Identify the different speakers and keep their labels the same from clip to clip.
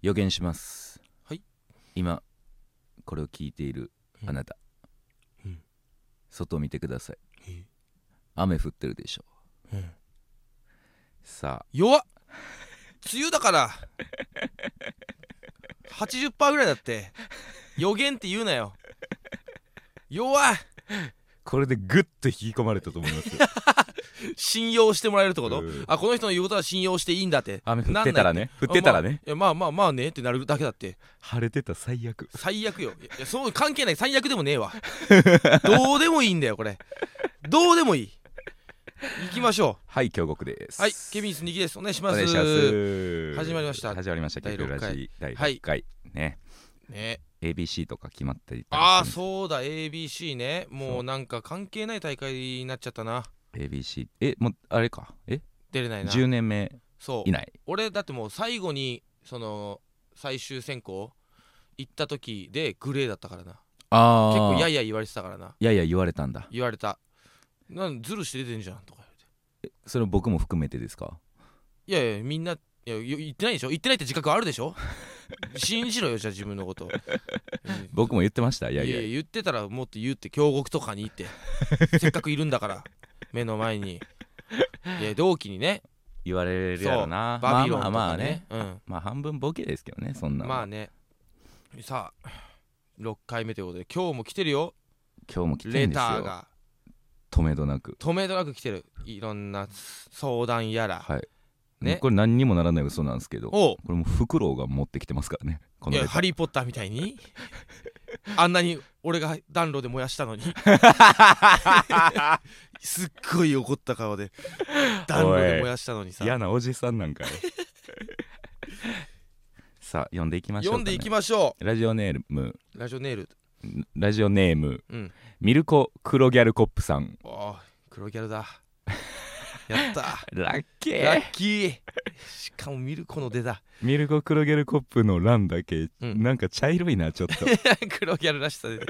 Speaker 1: 予言します
Speaker 2: はい
Speaker 1: 今これを聞いているあなた、
Speaker 2: うん
Speaker 1: 外を見てください
Speaker 2: え
Speaker 1: 雨降ってるでしょ
Speaker 2: うん
Speaker 1: さ
Speaker 2: 弱っ梅雨だから80%ぐらいだって予言って言うなよ弱
Speaker 1: あ
Speaker 2: い
Speaker 1: これでグッと引き込まれたと思います
Speaker 2: 信用してもらえるってこと、
Speaker 1: うん
Speaker 2: あこの人の言うことは信用していいんだって
Speaker 1: 雨降ってたらね降ってたらね、
Speaker 2: いやまあまあまあねってなるだけだって
Speaker 1: 晴れてた最悪
Speaker 2: 最悪よいやそう関係ない最悪でもねえわどうでもいいんだよこれどうでもいい行きましょ
Speaker 1: はい京極です
Speaker 2: うはいケビンスニキですお願いし
Speaker 1: お
Speaker 2: ます
Speaker 1: 願いします
Speaker 2: 始まりました
Speaker 1: 始まりました
Speaker 2: 第
Speaker 1: 京
Speaker 2: 六
Speaker 1: 極
Speaker 2: 回
Speaker 1: ラジ第
Speaker 2: はい
Speaker 1: 6回ね
Speaker 2: ね
Speaker 1: ABC とか決まったりと
Speaker 2: あ
Speaker 1: か
Speaker 2: あそうだ ABC ねもうなんか関係ない大会になっちゃったな
Speaker 1: ABC えもうあれかえ
Speaker 2: 出れないな
Speaker 1: 10年目
Speaker 2: そう
Speaker 1: 以内
Speaker 2: 俺だってもう最後にその最終選考行った時でグレーだったからな
Speaker 1: あ
Speaker 2: 結構や
Speaker 1: い
Speaker 2: いやい言われてたからな
Speaker 1: やいや言われたんだ
Speaker 2: 言われたなんズルして出てんじゃんとか
Speaker 1: それ僕も含めてですか
Speaker 2: 言われていやいやみんないやよ言ってないでしょ言ってないって自覚あるで しょ信じろよじゃあ自分のこと、うん
Speaker 1: 僕も言ってましたい
Speaker 2: いや
Speaker 1: や
Speaker 2: い
Speaker 1: い
Speaker 2: や
Speaker 1: や
Speaker 2: 言ってたらもっと言うって京極とかに 行ってせっかくいるんだから目の前にいや同期にね
Speaker 1: 言われるやろなま
Speaker 2: バ
Speaker 1: あ
Speaker 2: ビロンと
Speaker 1: ま
Speaker 2: か
Speaker 1: あ
Speaker 2: ね,、
Speaker 1: まあね
Speaker 2: うん、
Speaker 1: まあ半分ボケですけどねそんなの
Speaker 2: まあねさあ6回目ということで今日も来てるよ
Speaker 1: 今日も来てる
Speaker 2: レ
Speaker 1: んです
Speaker 2: ター
Speaker 1: よ
Speaker 2: が
Speaker 1: 止めどなく
Speaker 2: 止めどなく来てるいろんな相談やら、
Speaker 1: はい
Speaker 2: ね
Speaker 1: これ何にもならない嘘なんですけどこ
Speaker 2: おう
Speaker 1: れもうフクロウが持ってきてますからねこ
Speaker 2: い
Speaker 1: のレ
Speaker 2: や
Speaker 1: ター
Speaker 2: ハリー・ポッターみた いにあんなに俺が暖炉で燃やした のにすっごい怒った顔で 暖炉で燃やしたのにさ
Speaker 1: 嫌なおじさん なんかよさあ読んでいきましょうか、
Speaker 2: 読
Speaker 1: ね、
Speaker 2: んでいきましょ
Speaker 1: ラジオネーム
Speaker 2: うラジオネール
Speaker 1: ラジオネーム
Speaker 2: うん
Speaker 1: ミルコ黒ギャルコップさん
Speaker 2: おー黒ギャルだやった
Speaker 1: ラッキ
Speaker 2: ラッキーしかもミルコの出だ
Speaker 1: ミルコ黒ギャルコップの欄だけ、
Speaker 2: う ん
Speaker 1: なんか茶色いなちょっ と
Speaker 2: 黒ギャルらしさで、 ね、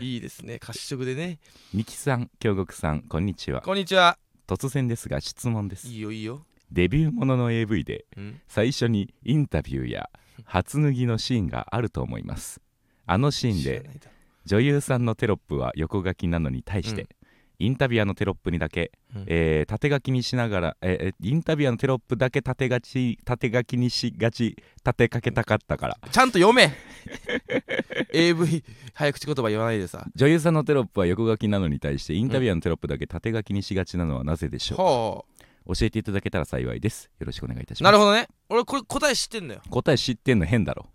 Speaker 2: いいですね褐色でね
Speaker 1: ミキさん京極さんこんにちは
Speaker 2: こんにちは
Speaker 1: 突然ですが質問です
Speaker 2: いいよいいよ、
Speaker 1: デビューものの AV で
Speaker 2: うん、
Speaker 1: 最初にインタビューや初脱ぎのシーンがあると思いますあのシーン
Speaker 2: 知ら
Speaker 1: で
Speaker 2: ないだろ
Speaker 1: 女優さんのテロップは横書きなのに対して、
Speaker 2: うん
Speaker 1: インタビュアーのテロップにだけ、
Speaker 2: うん
Speaker 1: えー縦書きにしながら、えーインタビュアーのテロップだけ縦書き縦書きにしがち縦かけたかったから
Speaker 2: ちゃんと読め AV 早口言葉言わないでさ
Speaker 1: 女優さんのテロップは横書きなのに対してインタビュアーのテロップだけ縦書きにしがちなのはなぜでしょ
Speaker 2: ほ
Speaker 1: う教えていただけたら幸いですよろしくお願いいたし
Speaker 2: う
Speaker 1: ま
Speaker 2: な
Speaker 1: す
Speaker 2: るほどね俺これ答え知ってんだよ
Speaker 1: 答え知ってんの変だろ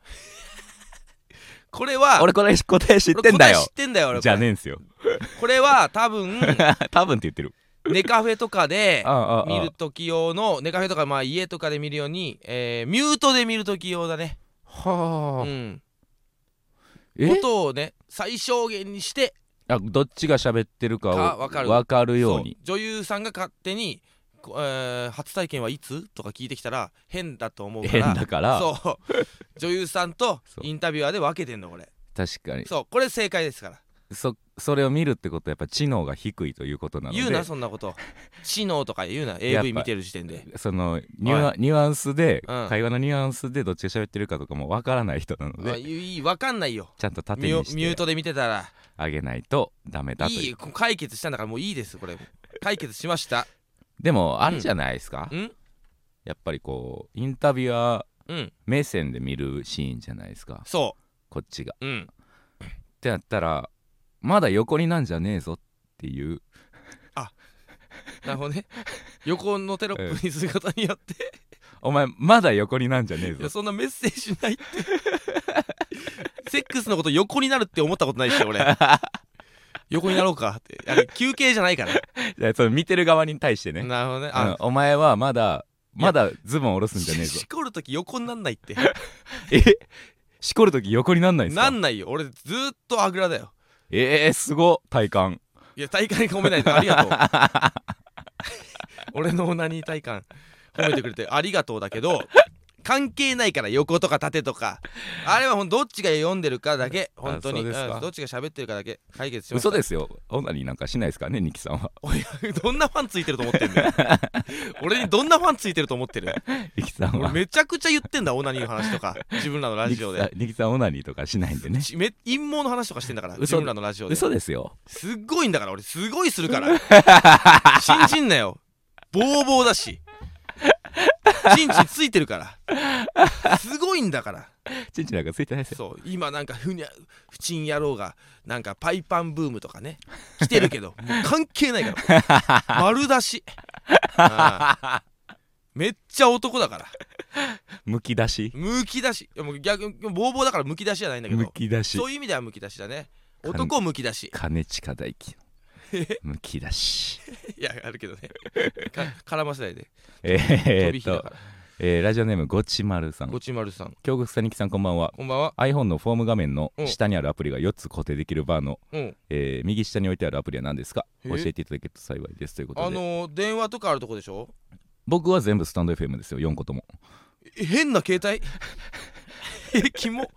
Speaker 2: これは
Speaker 1: 俺これ答え知ってんだ
Speaker 2: 俺答え
Speaker 1: よ
Speaker 2: 知ってんだよ俺これ
Speaker 1: じゃねえんす よ
Speaker 2: これは多分
Speaker 1: 多分って言ってる
Speaker 2: ネカフェとかで
Speaker 1: ああああ
Speaker 2: 見る時用のネカフェとかまあ家とかで見るように、えーミュートで見る時用だね、う
Speaker 1: はあ
Speaker 2: ん、
Speaker 1: え
Speaker 2: 音をね最小限にして
Speaker 1: あどっちが喋ってるか
Speaker 2: か
Speaker 1: を
Speaker 2: わかる
Speaker 1: 分かるように
Speaker 2: そう女優さんが勝手に、こえー初体験はいつとか聞いてきたら変だと思うから
Speaker 1: 変だから
Speaker 2: そう女優さんと
Speaker 1: そう
Speaker 2: インタビュアーで分けてんのこれ
Speaker 1: 確かに
Speaker 2: そうこれ正解ですから
Speaker 1: そそれを見るってことはやっぱ知能が低いということなので
Speaker 2: 言うなそんなこと知能とか言うな
Speaker 1: やっぱ
Speaker 2: AV 見てる時点で
Speaker 1: そのニュアニュアンスで、
Speaker 2: うん
Speaker 1: 会話のニュアンスでどっちが喋ってるかとかも分からない人なの
Speaker 2: あ
Speaker 1: で
Speaker 2: いい分かんないよ
Speaker 1: ちゃんと縦
Speaker 2: ミュ
Speaker 1: に
Speaker 2: ミュ
Speaker 1: し
Speaker 2: ー
Speaker 1: て
Speaker 2: トで見てたら
Speaker 1: あげないとダメだという
Speaker 2: いいこ解決したんだからもういいですこれ解決しました
Speaker 1: でもあるじゃないですか、
Speaker 2: うん
Speaker 1: やっぱりこうインタビュアー
Speaker 2: うん
Speaker 1: 目線で見るシーンじゃないですか
Speaker 2: そ
Speaker 1: こっちが。
Speaker 2: ううん
Speaker 1: ってなったらまだ横になんじゃねえぞっていう
Speaker 2: なるほど ね横のテロップにすることによって
Speaker 1: お前まだ横になんじゃねえ
Speaker 2: い
Speaker 1: ぞ
Speaker 2: やそんなメッセージないって セックスのこと横になるって思ったことないっ しょ俺横になろうかってあれ休憩じゃないから
Speaker 1: いやその見てる側に対してね、
Speaker 2: なるほどね
Speaker 1: うん
Speaker 2: あ
Speaker 1: お前はまだまだズボン下ろすんじゃねえぞ
Speaker 2: しこるとき横になんないって
Speaker 1: えしこる時横になんないんです
Speaker 2: な
Speaker 1: か
Speaker 2: んないよ俺ずーっとあぐらだよ
Speaker 1: えー、すご体感
Speaker 2: いや体感に褒めないとありがとう 俺のオナニー体感褒めてくれてありがとうだけど関係ないから横とか縦とかあれはほんどっちが読んでるかだけ本当に
Speaker 1: あそうですか
Speaker 2: うんどっちが喋ってるかだけ解決します
Speaker 1: 嘘ですよオナニーなんかしないですからねニキさんは
Speaker 2: どんなファンついてると思って んだよ俺にどんなファンついてると思ってる
Speaker 1: ニキさん
Speaker 2: 俺
Speaker 1: は
Speaker 2: めちゃくちゃ言ってんだオナニーの話と か自分らのラ
Speaker 1: ニ
Speaker 2: ジ
Speaker 1: キさ
Speaker 2: オ
Speaker 1: ん
Speaker 2: で
Speaker 1: ニキさんオナニーとかしないんでね
Speaker 2: ちめ陰謀の話とかしてんだから
Speaker 1: 嘘
Speaker 2: 自分らのラジオで
Speaker 1: 嘘ですよ
Speaker 2: すっごいんだから俺すごいするから 信じんなよボーボーだ しチンチンついてるからすごいんだから
Speaker 1: チンチンなんかついてないですよ
Speaker 2: そう今なんかふにゃ不沈野郎がなんかパイパンブームと かね来てるけどもう関係ないから丸出しああめっちゃ男だから
Speaker 1: むき出し
Speaker 2: むき出しいやもう逆にボーボーだからむき出しじゃないんだけ
Speaker 1: む
Speaker 2: ど
Speaker 1: き出し
Speaker 2: そういう意味ではむき出しだね男むき出し
Speaker 1: 金近大輝 のむき出し
Speaker 2: いやあるけどねか絡ませないで
Speaker 1: え
Speaker 2: 飛
Speaker 1: ー、
Speaker 2: び
Speaker 1: っ
Speaker 2: 火だ
Speaker 1: と
Speaker 2: から、
Speaker 1: えーラジオネームごちまるさん
Speaker 2: ごちまるさん
Speaker 1: 京極さんニキさんこんばんは
Speaker 2: こんばんは
Speaker 1: iPhone のフォーム画面の
Speaker 2: うん
Speaker 1: 下にあるアプリが4つ固定できるバーの、
Speaker 2: うん
Speaker 1: えー右下に置いてあるアプリは何ですか
Speaker 2: え
Speaker 1: 教えていただけると幸いですということで、
Speaker 2: あのー電話とかあるとこでしょ
Speaker 1: 僕は全部スタンド FM ですよ4個とも
Speaker 2: え変な 携帯 えキモ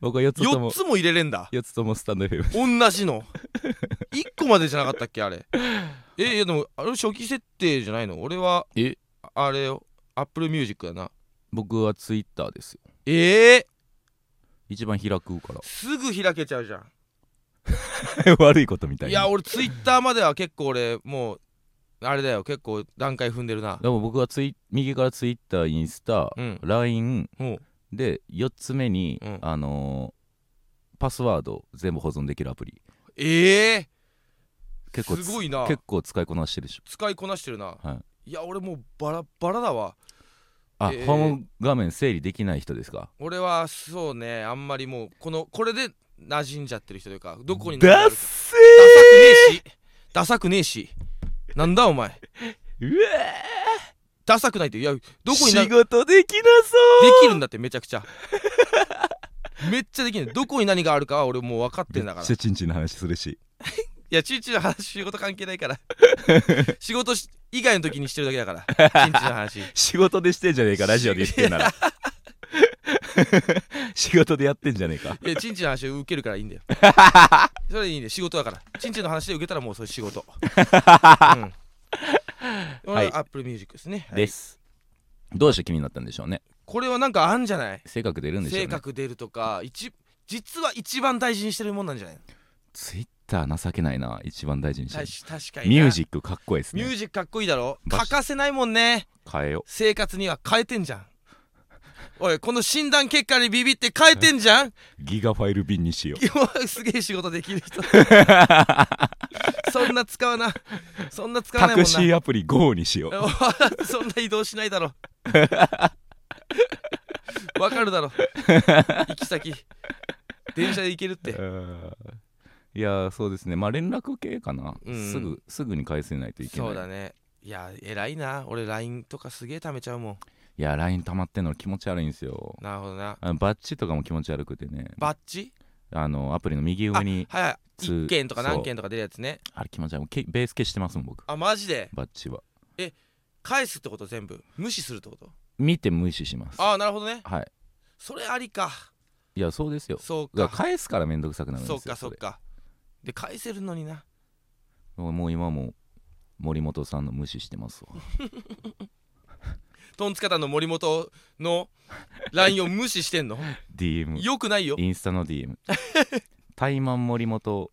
Speaker 1: 僕は4つと
Speaker 2: 4
Speaker 1: も
Speaker 2: つも入れれんだ
Speaker 1: 4つともスタンド FM
Speaker 2: 同じの1個までじゃなかったっけあれえいやでもあれ初期設定じゃないの俺は
Speaker 1: え
Speaker 2: あれよ Apple Music だな
Speaker 1: 僕は Twitter ですよ
Speaker 2: ええ
Speaker 1: 一番開くか
Speaker 2: すぐ開けちゃうじゃん
Speaker 1: ら 悪いことみたい
Speaker 2: い
Speaker 1: に
Speaker 2: や俺ツイッターまでは結構俺もうあれだよ結構段階踏んでるな
Speaker 1: でも僕はツイ右から Twitter インスタ、
Speaker 2: うん
Speaker 1: LINE
Speaker 2: も
Speaker 1: で4つ目に、
Speaker 2: うん
Speaker 1: あのーパスワード全部保存できるアプリ
Speaker 2: うええ
Speaker 1: 結構つ
Speaker 2: すごいな
Speaker 1: 結構使いこなしてるでしょ
Speaker 2: 使いこなしてるな、、
Speaker 1: はい
Speaker 2: や俺もうバラバラだわ
Speaker 1: あ、
Speaker 2: えー
Speaker 1: ホーム画面整理できない人ですか
Speaker 2: 俺はそうねあんまりもうこのこれで馴染んじゃってる人というかどこに
Speaker 1: ダ
Speaker 2: ダ
Speaker 1: ッ
Speaker 2: サ
Speaker 1: セ
Speaker 2: くねえしダサくねえしなんだお前
Speaker 1: ーうわ
Speaker 2: ダサくないっていやどこにな
Speaker 1: 仕
Speaker 2: で
Speaker 1: 事できなそ
Speaker 2: きるんだってめちゃくちゃ めっちゃできるどこに何があるかは俺もう分かって
Speaker 1: うん
Speaker 2: だ
Speaker 1: め
Speaker 2: か
Speaker 1: っ
Speaker 2: ら
Speaker 1: ちゃチンチンの話するし
Speaker 2: いや、チンチンの話、仕事関係な いから。仕事し以外の時にしてるだけ だから、チンチンの話。
Speaker 1: 仕事でしてんじゃねえ かラジオで言ってんなら仕事でやってんじゃねえか
Speaker 2: いや、チンチンの話を受けるからい いんだよ。それでいいね、仕事だから。チンチンの話で受けたらもうそれ仕 事。うん。こ
Speaker 1: はい
Speaker 2: れアップルミュージックですね。はい
Speaker 1: ですどうして気になったんでしょうね
Speaker 2: これはなんかあんじゃない
Speaker 1: 性格出るんでしょう
Speaker 2: 性
Speaker 1: ね
Speaker 2: 格出るとか、一実は一番大事にしてるもんなんじゃない
Speaker 1: ツイッター情けないな一番大事にして
Speaker 2: た
Speaker 1: る
Speaker 2: し確かにな。
Speaker 1: ミュージックかっこいいです
Speaker 2: ミュ
Speaker 1: ね
Speaker 2: ージックかっこいいだろ
Speaker 1: バシ
Speaker 2: 欠かせないもんね。
Speaker 1: 変えよ
Speaker 2: 生活には変えてんじゃん。おい、この診断結果にビビって変えてん じゃん
Speaker 1: うギガファイル便にしよう
Speaker 2: いやすげえ仕事できる人そんな使わなそんな使わない
Speaker 1: タク
Speaker 2: もんな
Speaker 1: シーアプリ GO にしよう
Speaker 2: そんな移動しないだろわかるだろ行き先電車で行ける
Speaker 1: う
Speaker 2: って
Speaker 1: ーんいやーそうですねまあ連絡系かな、
Speaker 2: うん
Speaker 1: すぐすぐに返せないといけない
Speaker 2: そうだねいや偉いな俺 LINE とかすげえ貯めちゃうもん
Speaker 1: いや LINE 溜まってんの気持ち悪いんですよ
Speaker 2: なるほどな
Speaker 1: あのバッチとかも気持ち悪くてね
Speaker 2: バッジ
Speaker 1: あのアプリの右上に
Speaker 2: はいはい
Speaker 1: つ
Speaker 2: 1件とか
Speaker 1: そう
Speaker 2: 何件とか出るやつね
Speaker 1: あれ気持ち悪いけベース消してますもん僕
Speaker 2: あマジで
Speaker 1: バッチは
Speaker 2: 返すってこと全部無視するってこと
Speaker 1: 見て無視します
Speaker 2: ああなるほどね
Speaker 1: はい
Speaker 2: それありか
Speaker 1: いやそうですよ
Speaker 2: そう
Speaker 1: だ
Speaker 2: か
Speaker 1: から返すからめんどくさくなるんです
Speaker 2: そ
Speaker 1: よ
Speaker 2: っかそっ
Speaker 1: れ
Speaker 2: かで返せるのにな
Speaker 1: もうもう今もう森本さんの無視してますわ
Speaker 2: トンツカタンの森本 の LINE を無視してんの
Speaker 1: DM
Speaker 2: よくないよ
Speaker 1: インスタの DM 対マン森本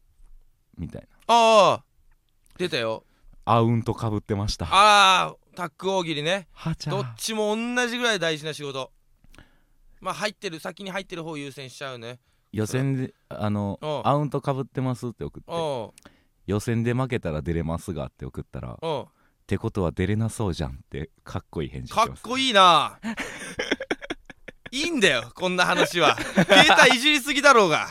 Speaker 1: みたいな
Speaker 2: ああ出たよ
Speaker 1: アウントかぶってました
Speaker 2: ああタック大喜利ね
Speaker 1: はちゃ
Speaker 2: ど
Speaker 1: ー
Speaker 2: っちも同じぐらい大事な仕事まあ入ってる先に入ってる方優先しちゃうね
Speaker 1: 予選であの
Speaker 2: うん
Speaker 1: アウントかぶってますって送って
Speaker 2: おう
Speaker 1: 予選で負けたら出れますがって送ったらっ
Speaker 2: お
Speaker 1: てことは出れなそうじゃんってかっこいい返
Speaker 2: う
Speaker 1: 事
Speaker 2: か
Speaker 1: してま
Speaker 2: っ
Speaker 1: す
Speaker 2: こい いないいんだよこんな話は携帯いじりすぎだろうが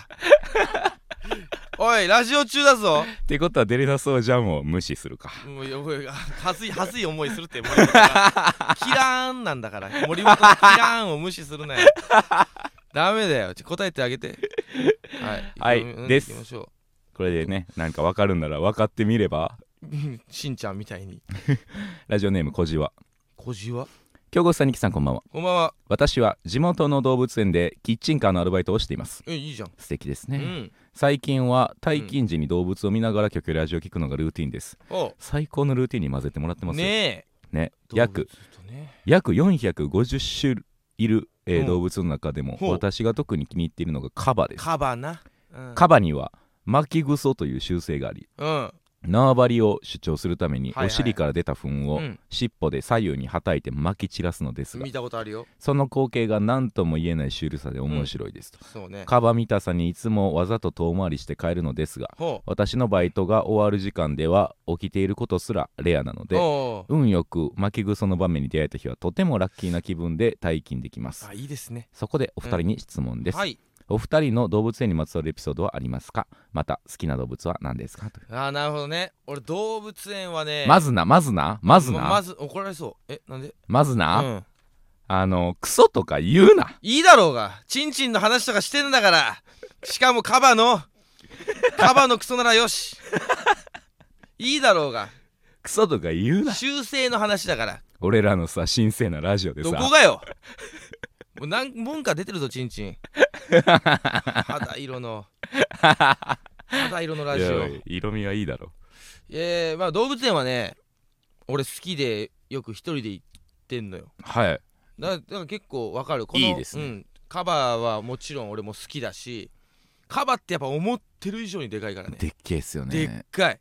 Speaker 2: おいラジオ中だぞ
Speaker 1: ってことは出れなそうじゃんを無視するか
Speaker 2: もうよくはずいはずい思いするって森本がキラーンなんだから森本のキラーンを無視するなよダメだよちょ答えてあげてはい
Speaker 1: はい
Speaker 2: うん
Speaker 1: です
Speaker 2: 行きましょ
Speaker 1: これでねなんか分かるんなら分かってみれば
Speaker 2: うしんちゃんみたいに
Speaker 1: ラジオネーム小じわ
Speaker 2: 小じわ
Speaker 1: 京子さんにきさんこんばんは
Speaker 2: こんばんは
Speaker 1: 私は地元の動物園でキッチンカーのアルバイトをしています
Speaker 2: えいいじゃん、
Speaker 1: 素敵です
Speaker 2: う
Speaker 1: ね、
Speaker 2: ん
Speaker 1: 最近は退勤時に動物を見ながら曲やラジオを聞くのがルーティンです
Speaker 2: お
Speaker 1: 最高のルーティンに混ぜてもらってますよね
Speaker 2: ねえ
Speaker 1: 約
Speaker 2: 動物とね
Speaker 1: 約450種いる、えー
Speaker 2: うん
Speaker 1: 動物の中でも
Speaker 2: ほう
Speaker 1: 私が特に気に入っているのがカバです
Speaker 2: カバな、うん、
Speaker 1: カバには巻きぐそという習性があり
Speaker 2: うん
Speaker 1: 縄張りを主張するために
Speaker 2: はいはい
Speaker 1: お尻から出た糞を
Speaker 2: うん
Speaker 1: 尻尾で左右にはたいて巻き散らすのですが
Speaker 2: 見たことあるよ
Speaker 1: その光景が何とも言えないシュールさで面白いですと
Speaker 2: そうね
Speaker 1: カバ見たさにいつもわざと遠回りして帰るのですが
Speaker 2: ほ
Speaker 1: 私のバイトが終わる時間では起きていることすらレアなの
Speaker 2: う
Speaker 1: で
Speaker 2: おう
Speaker 1: 運よく巻きぐその場面に出会えた日はとてもラッキーな気分で退勤できます
Speaker 2: あいいですね
Speaker 1: そこでお二人に質問です、
Speaker 2: はい
Speaker 1: お二人の動物園にまつわるエピソードはありますかまた好きな動物は何ですかという
Speaker 2: あーなるほどね俺動物園はね
Speaker 1: まずなまずなまず
Speaker 2: ま
Speaker 1: な
Speaker 2: まず怒られそうえなんで
Speaker 1: まず
Speaker 2: う、
Speaker 1: なんあのクソとか言うない
Speaker 2: いだろうがチンチンの話とかしてんだからしかもカバのカバのクソならよしいいだろうが
Speaker 1: クソとか言うな
Speaker 2: 修正の話だから
Speaker 1: 俺らのさ神聖なラジオで
Speaker 2: ど
Speaker 1: さ
Speaker 2: こがよもう何文か出てるぞチンチ ン肌色の肌色のラジオ
Speaker 1: いや色味はいいだろ
Speaker 2: えー、まあ動物園はね俺好きでよく一人で行ってんのよ
Speaker 1: はい
Speaker 2: だだから結構わかるこの
Speaker 1: いいですね
Speaker 2: うん、カバーはもちろん俺も好きだしカバーってやっぱ思ってる以上にでかいからね
Speaker 1: でっけえっすよ
Speaker 2: で
Speaker 1: ね
Speaker 2: っかい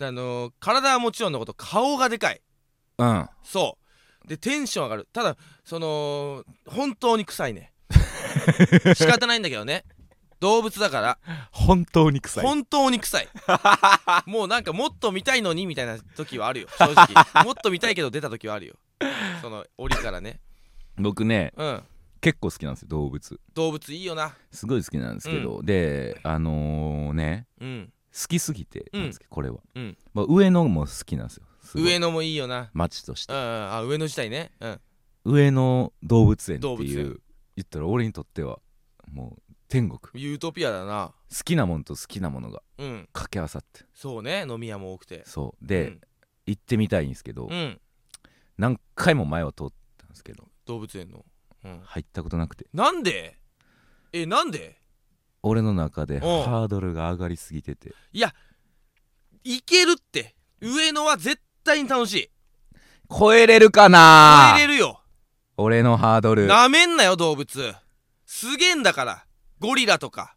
Speaker 2: あのー体はもちろんのこと顔がでかい
Speaker 1: うん
Speaker 2: そうでテンション上がるただその本当に臭 いね仕方ないんだけどね動物だから
Speaker 1: 本当に臭い
Speaker 2: 本当 に臭いもうなんかもっと見たいのにみたいな時はあるよ正 直もっと見たいけど出た時はあるよその檻からね
Speaker 1: 僕ね
Speaker 2: うん
Speaker 1: 結構好きなんですよ動物
Speaker 2: 動物いいよな
Speaker 1: すごい好きなんですけど、であのー、ね
Speaker 2: うん
Speaker 1: 好きすぎてなんですけど、これは、
Speaker 2: うん
Speaker 1: まあ、上野も好きなんですよすごい
Speaker 2: 上野もいいよな
Speaker 1: 街として
Speaker 2: うんうんあ上野自体ねうん
Speaker 1: 上野動物園って
Speaker 2: 動物
Speaker 1: い
Speaker 2: 園
Speaker 1: う言ったら俺にとってはもう天国好
Speaker 2: ユートピアだな
Speaker 1: きなものと好きなものが
Speaker 2: うん
Speaker 1: 掛け合わさって
Speaker 2: そうね飲み屋も多くて
Speaker 1: そうで、行ってみたいんですけど、
Speaker 2: うん、うん、
Speaker 1: 何回も前を通ったんですけど
Speaker 2: 動物園の、うん、
Speaker 1: 入ったことなくて
Speaker 2: なんでえなんで
Speaker 1: 俺の中で
Speaker 2: おう
Speaker 1: ハードルが上がりすぎてて
Speaker 2: いけるって上野は絶対に楽しい
Speaker 1: 超えれるかな
Speaker 2: 超えれるよ
Speaker 1: 俺のハードル
Speaker 2: なめんなよ動物すげえんだからゴリラとか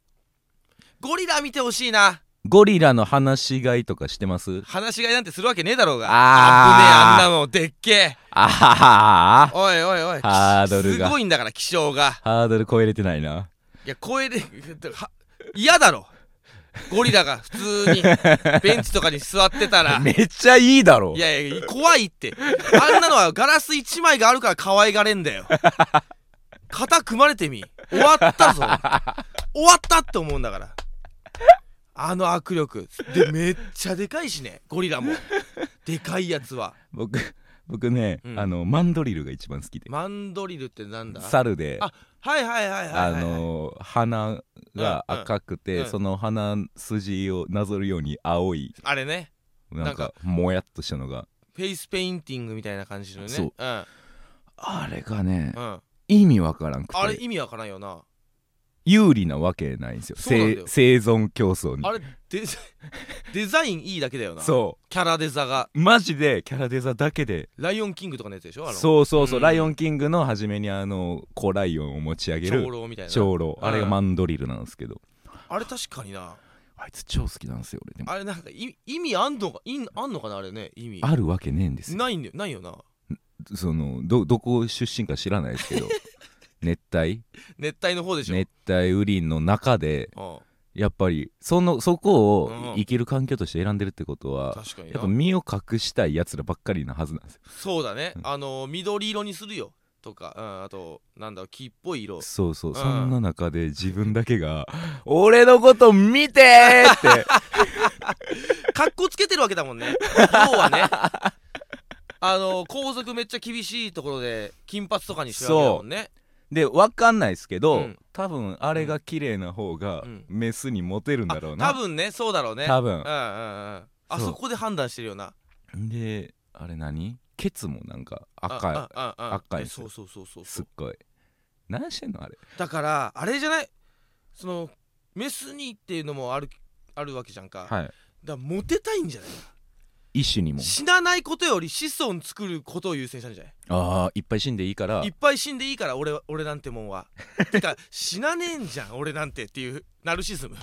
Speaker 2: ゴリラ見てほしいな
Speaker 1: ゴリラの話し飼いとかしてます
Speaker 2: 話し飼いなんてするわけねえだろうが
Speaker 1: あー
Speaker 2: あぶねえあんなのでっけえ
Speaker 1: あははは
Speaker 2: おいおいおい
Speaker 1: ハードルが
Speaker 2: すごいんだから気象が
Speaker 1: ハードル超えれてないない
Speaker 2: や声で は嫌だろゴリラが普 通にベンチとかに座ってたら
Speaker 1: めっちゃいいだろ
Speaker 2: いやいや怖いってあんなのはガラス1枚があるから可愛がれ んだよ肩組まれてみ終わったぞ終わったって思うんだからあの握力でめっちゃでかいしねゴリラもでかいやつは
Speaker 1: 僕僕ね、
Speaker 2: うん
Speaker 1: あのマンドリルが一番好きで
Speaker 2: マンドリルってなんだ
Speaker 1: 猿であ、
Speaker 2: あはいはいはいはい、はい、
Speaker 1: の鼻が赤くて、
Speaker 2: うんうん
Speaker 1: その鼻筋をなぞるように青い
Speaker 2: あれね
Speaker 1: なんか
Speaker 2: なん
Speaker 1: もやっとしたのが
Speaker 2: フェイスペインティングみたいな感じのね
Speaker 1: そう
Speaker 2: うん
Speaker 1: あれがね、
Speaker 2: うん
Speaker 1: 意味わからんく
Speaker 2: あれ
Speaker 1: て
Speaker 2: 意味わからんよな。
Speaker 1: 有利なわけないんですよ
Speaker 2: そうなんだ
Speaker 1: 生
Speaker 2: よ
Speaker 1: 生存競争に
Speaker 2: あれデザ デザインいいだけだよな。
Speaker 1: そ
Speaker 2: キャラデザが。
Speaker 1: うマジでキャラデザだけで
Speaker 2: ライオンキングとかのやつでしょあの
Speaker 1: そうそうそう、
Speaker 2: うん
Speaker 1: ライオンキングの初めにあの子ライオンを持ち上げ
Speaker 2: 長
Speaker 1: る
Speaker 2: 老みたいな。
Speaker 1: 長老
Speaker 2: うん
Speaker 1: あれがマンドリルなんですけど、
Speaker 2: あれ確かにな。
Speaker 1: あいつ超好きなんですよ俺でも
Speaker 2: あれなんかい意味あんのかいんあんのかなあれね意味。
Speaker 1: あるわけねえんですよ
Speaker 2: ないんだよないよな。
Speaker 1: そのどどこ出身か知らないですけ ど熱帯
Speaker 2: 熱帯の方でしょ。
Speaker 1: 熱帯雨林の中で
Speaker 2: うん
Speaker 1: やっぱりそのそこを
Speaker 2: うん
Speaker 1: 生きる環境として選んでるってことは、
Speaker 2: 確かに
Speaker 1: やっぱ
Speaker 2: な。
Speaker 1: 身を隠したいやつらばっかりなはずなんですよ
Speaker 2: そうだね
Speaker 1: う。ん
Speaker 2: あの緑色にするよとか、うん、あとなんだろう木っぽい色。
Speaker 1: そうそう、
Speaker 2: ん
Speaker 1: そんな中で自分だけが「俺のこと見て!」って
Speaker 2: 格好つけてるわけだもんね要 はねあの皇族めっちゃ厳しいところで金髪とかにしてるわけだもんね
Speaker 1: で分かんないですけど、
Speaker 2: うん
Speaker 1: 多分あれが綺麗な方が
Speaker 2: うん
Speaker 1: メスにモテるんだろうな、
Speaker 2: 多分ねそうだろうね
Speaker 1: 多
Speaker 2: うんうんうんあ
Speaker 1: そう
Speaker 2: そこで判断してるよな
Speaker 1: 分であれ何ケツもなんか赤い
Speaker 2: あああ
Speaker 1: 赤いんです
Speaker 2: そ
Speaker 1: よ
Speaker 2: うそうそうそうそ
Speaker 1: す
Speaker 2: う
Speaker 1: っごい何してんのあれ
Speaker 2: だからあれじゃないそのメスにっていうのもあるあるわけじゃんか、
Speaker 1: は
Speaker 2: だからモテたいんじゃない
Speaker 1: い一種にも
Speaker 2: 死なないことより子孫作ることを優先したんじゃない
Speaker 1: ああいっぱい死んでいいから
Speaker 2: いっぱい死んでいいから俺は俺なんても んはてか死なねえんじゃん俺なんてっていうナル シズム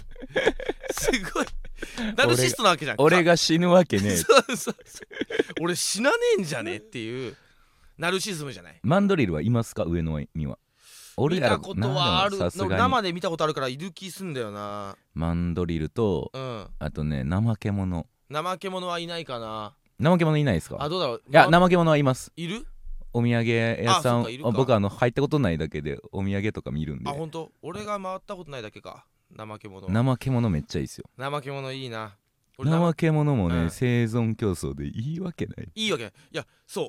Speaker 2: すごいナルシストなわけじゃん
Speaker 1: 俺が死ぬわけ
Speaker 2: か
Speaker 1: ねえ
Speaker 2: そうそうそう俺死なねえんじゃねっていうナルシズムじゃない
Speaker 1: マンドリルはいますか上のには俺
Speaker 2: 見
Speaker 1: ら
Speaker 2: たことはある
Speaker 1: さす
Speaker 2: 俺
Speaker 1: がに
Speaker 2: 生で見たことあるからいる気すんだよな
Speaker 1: マンドリルと
Speaker 2: うん
Speaker 1: あとね怠け者
Speaker 2: 怠け者はいないかな
Speaker 1: 怠け者いないです
Speaker 2: あ
Speaker 1: か
Speaker 2: どうだろう
Speaker 1: いや
Speaker 2: ま
Speaker 1: 怠け者はいます
Speaker 2: いる
Speaker 1: お土産屋さ
Speaker 2: あそっ
Speaker 1: ん
Speaker 2: かいるか
Speaker 1: あ僕あの入ったことないだけでお土産とか見るんで
Speaker 2: あ本当俺が回ったことないだけか怠け者は
Speaker 1: 怠け者めっちゃいいですよ
Speaker 2: 怠け者いいな俺
Speaker 1: 怠け者も
Speaker 2: うん
Speaker 1: ね生存競争でいいわけない
Speaker 2: いいわけないいやそ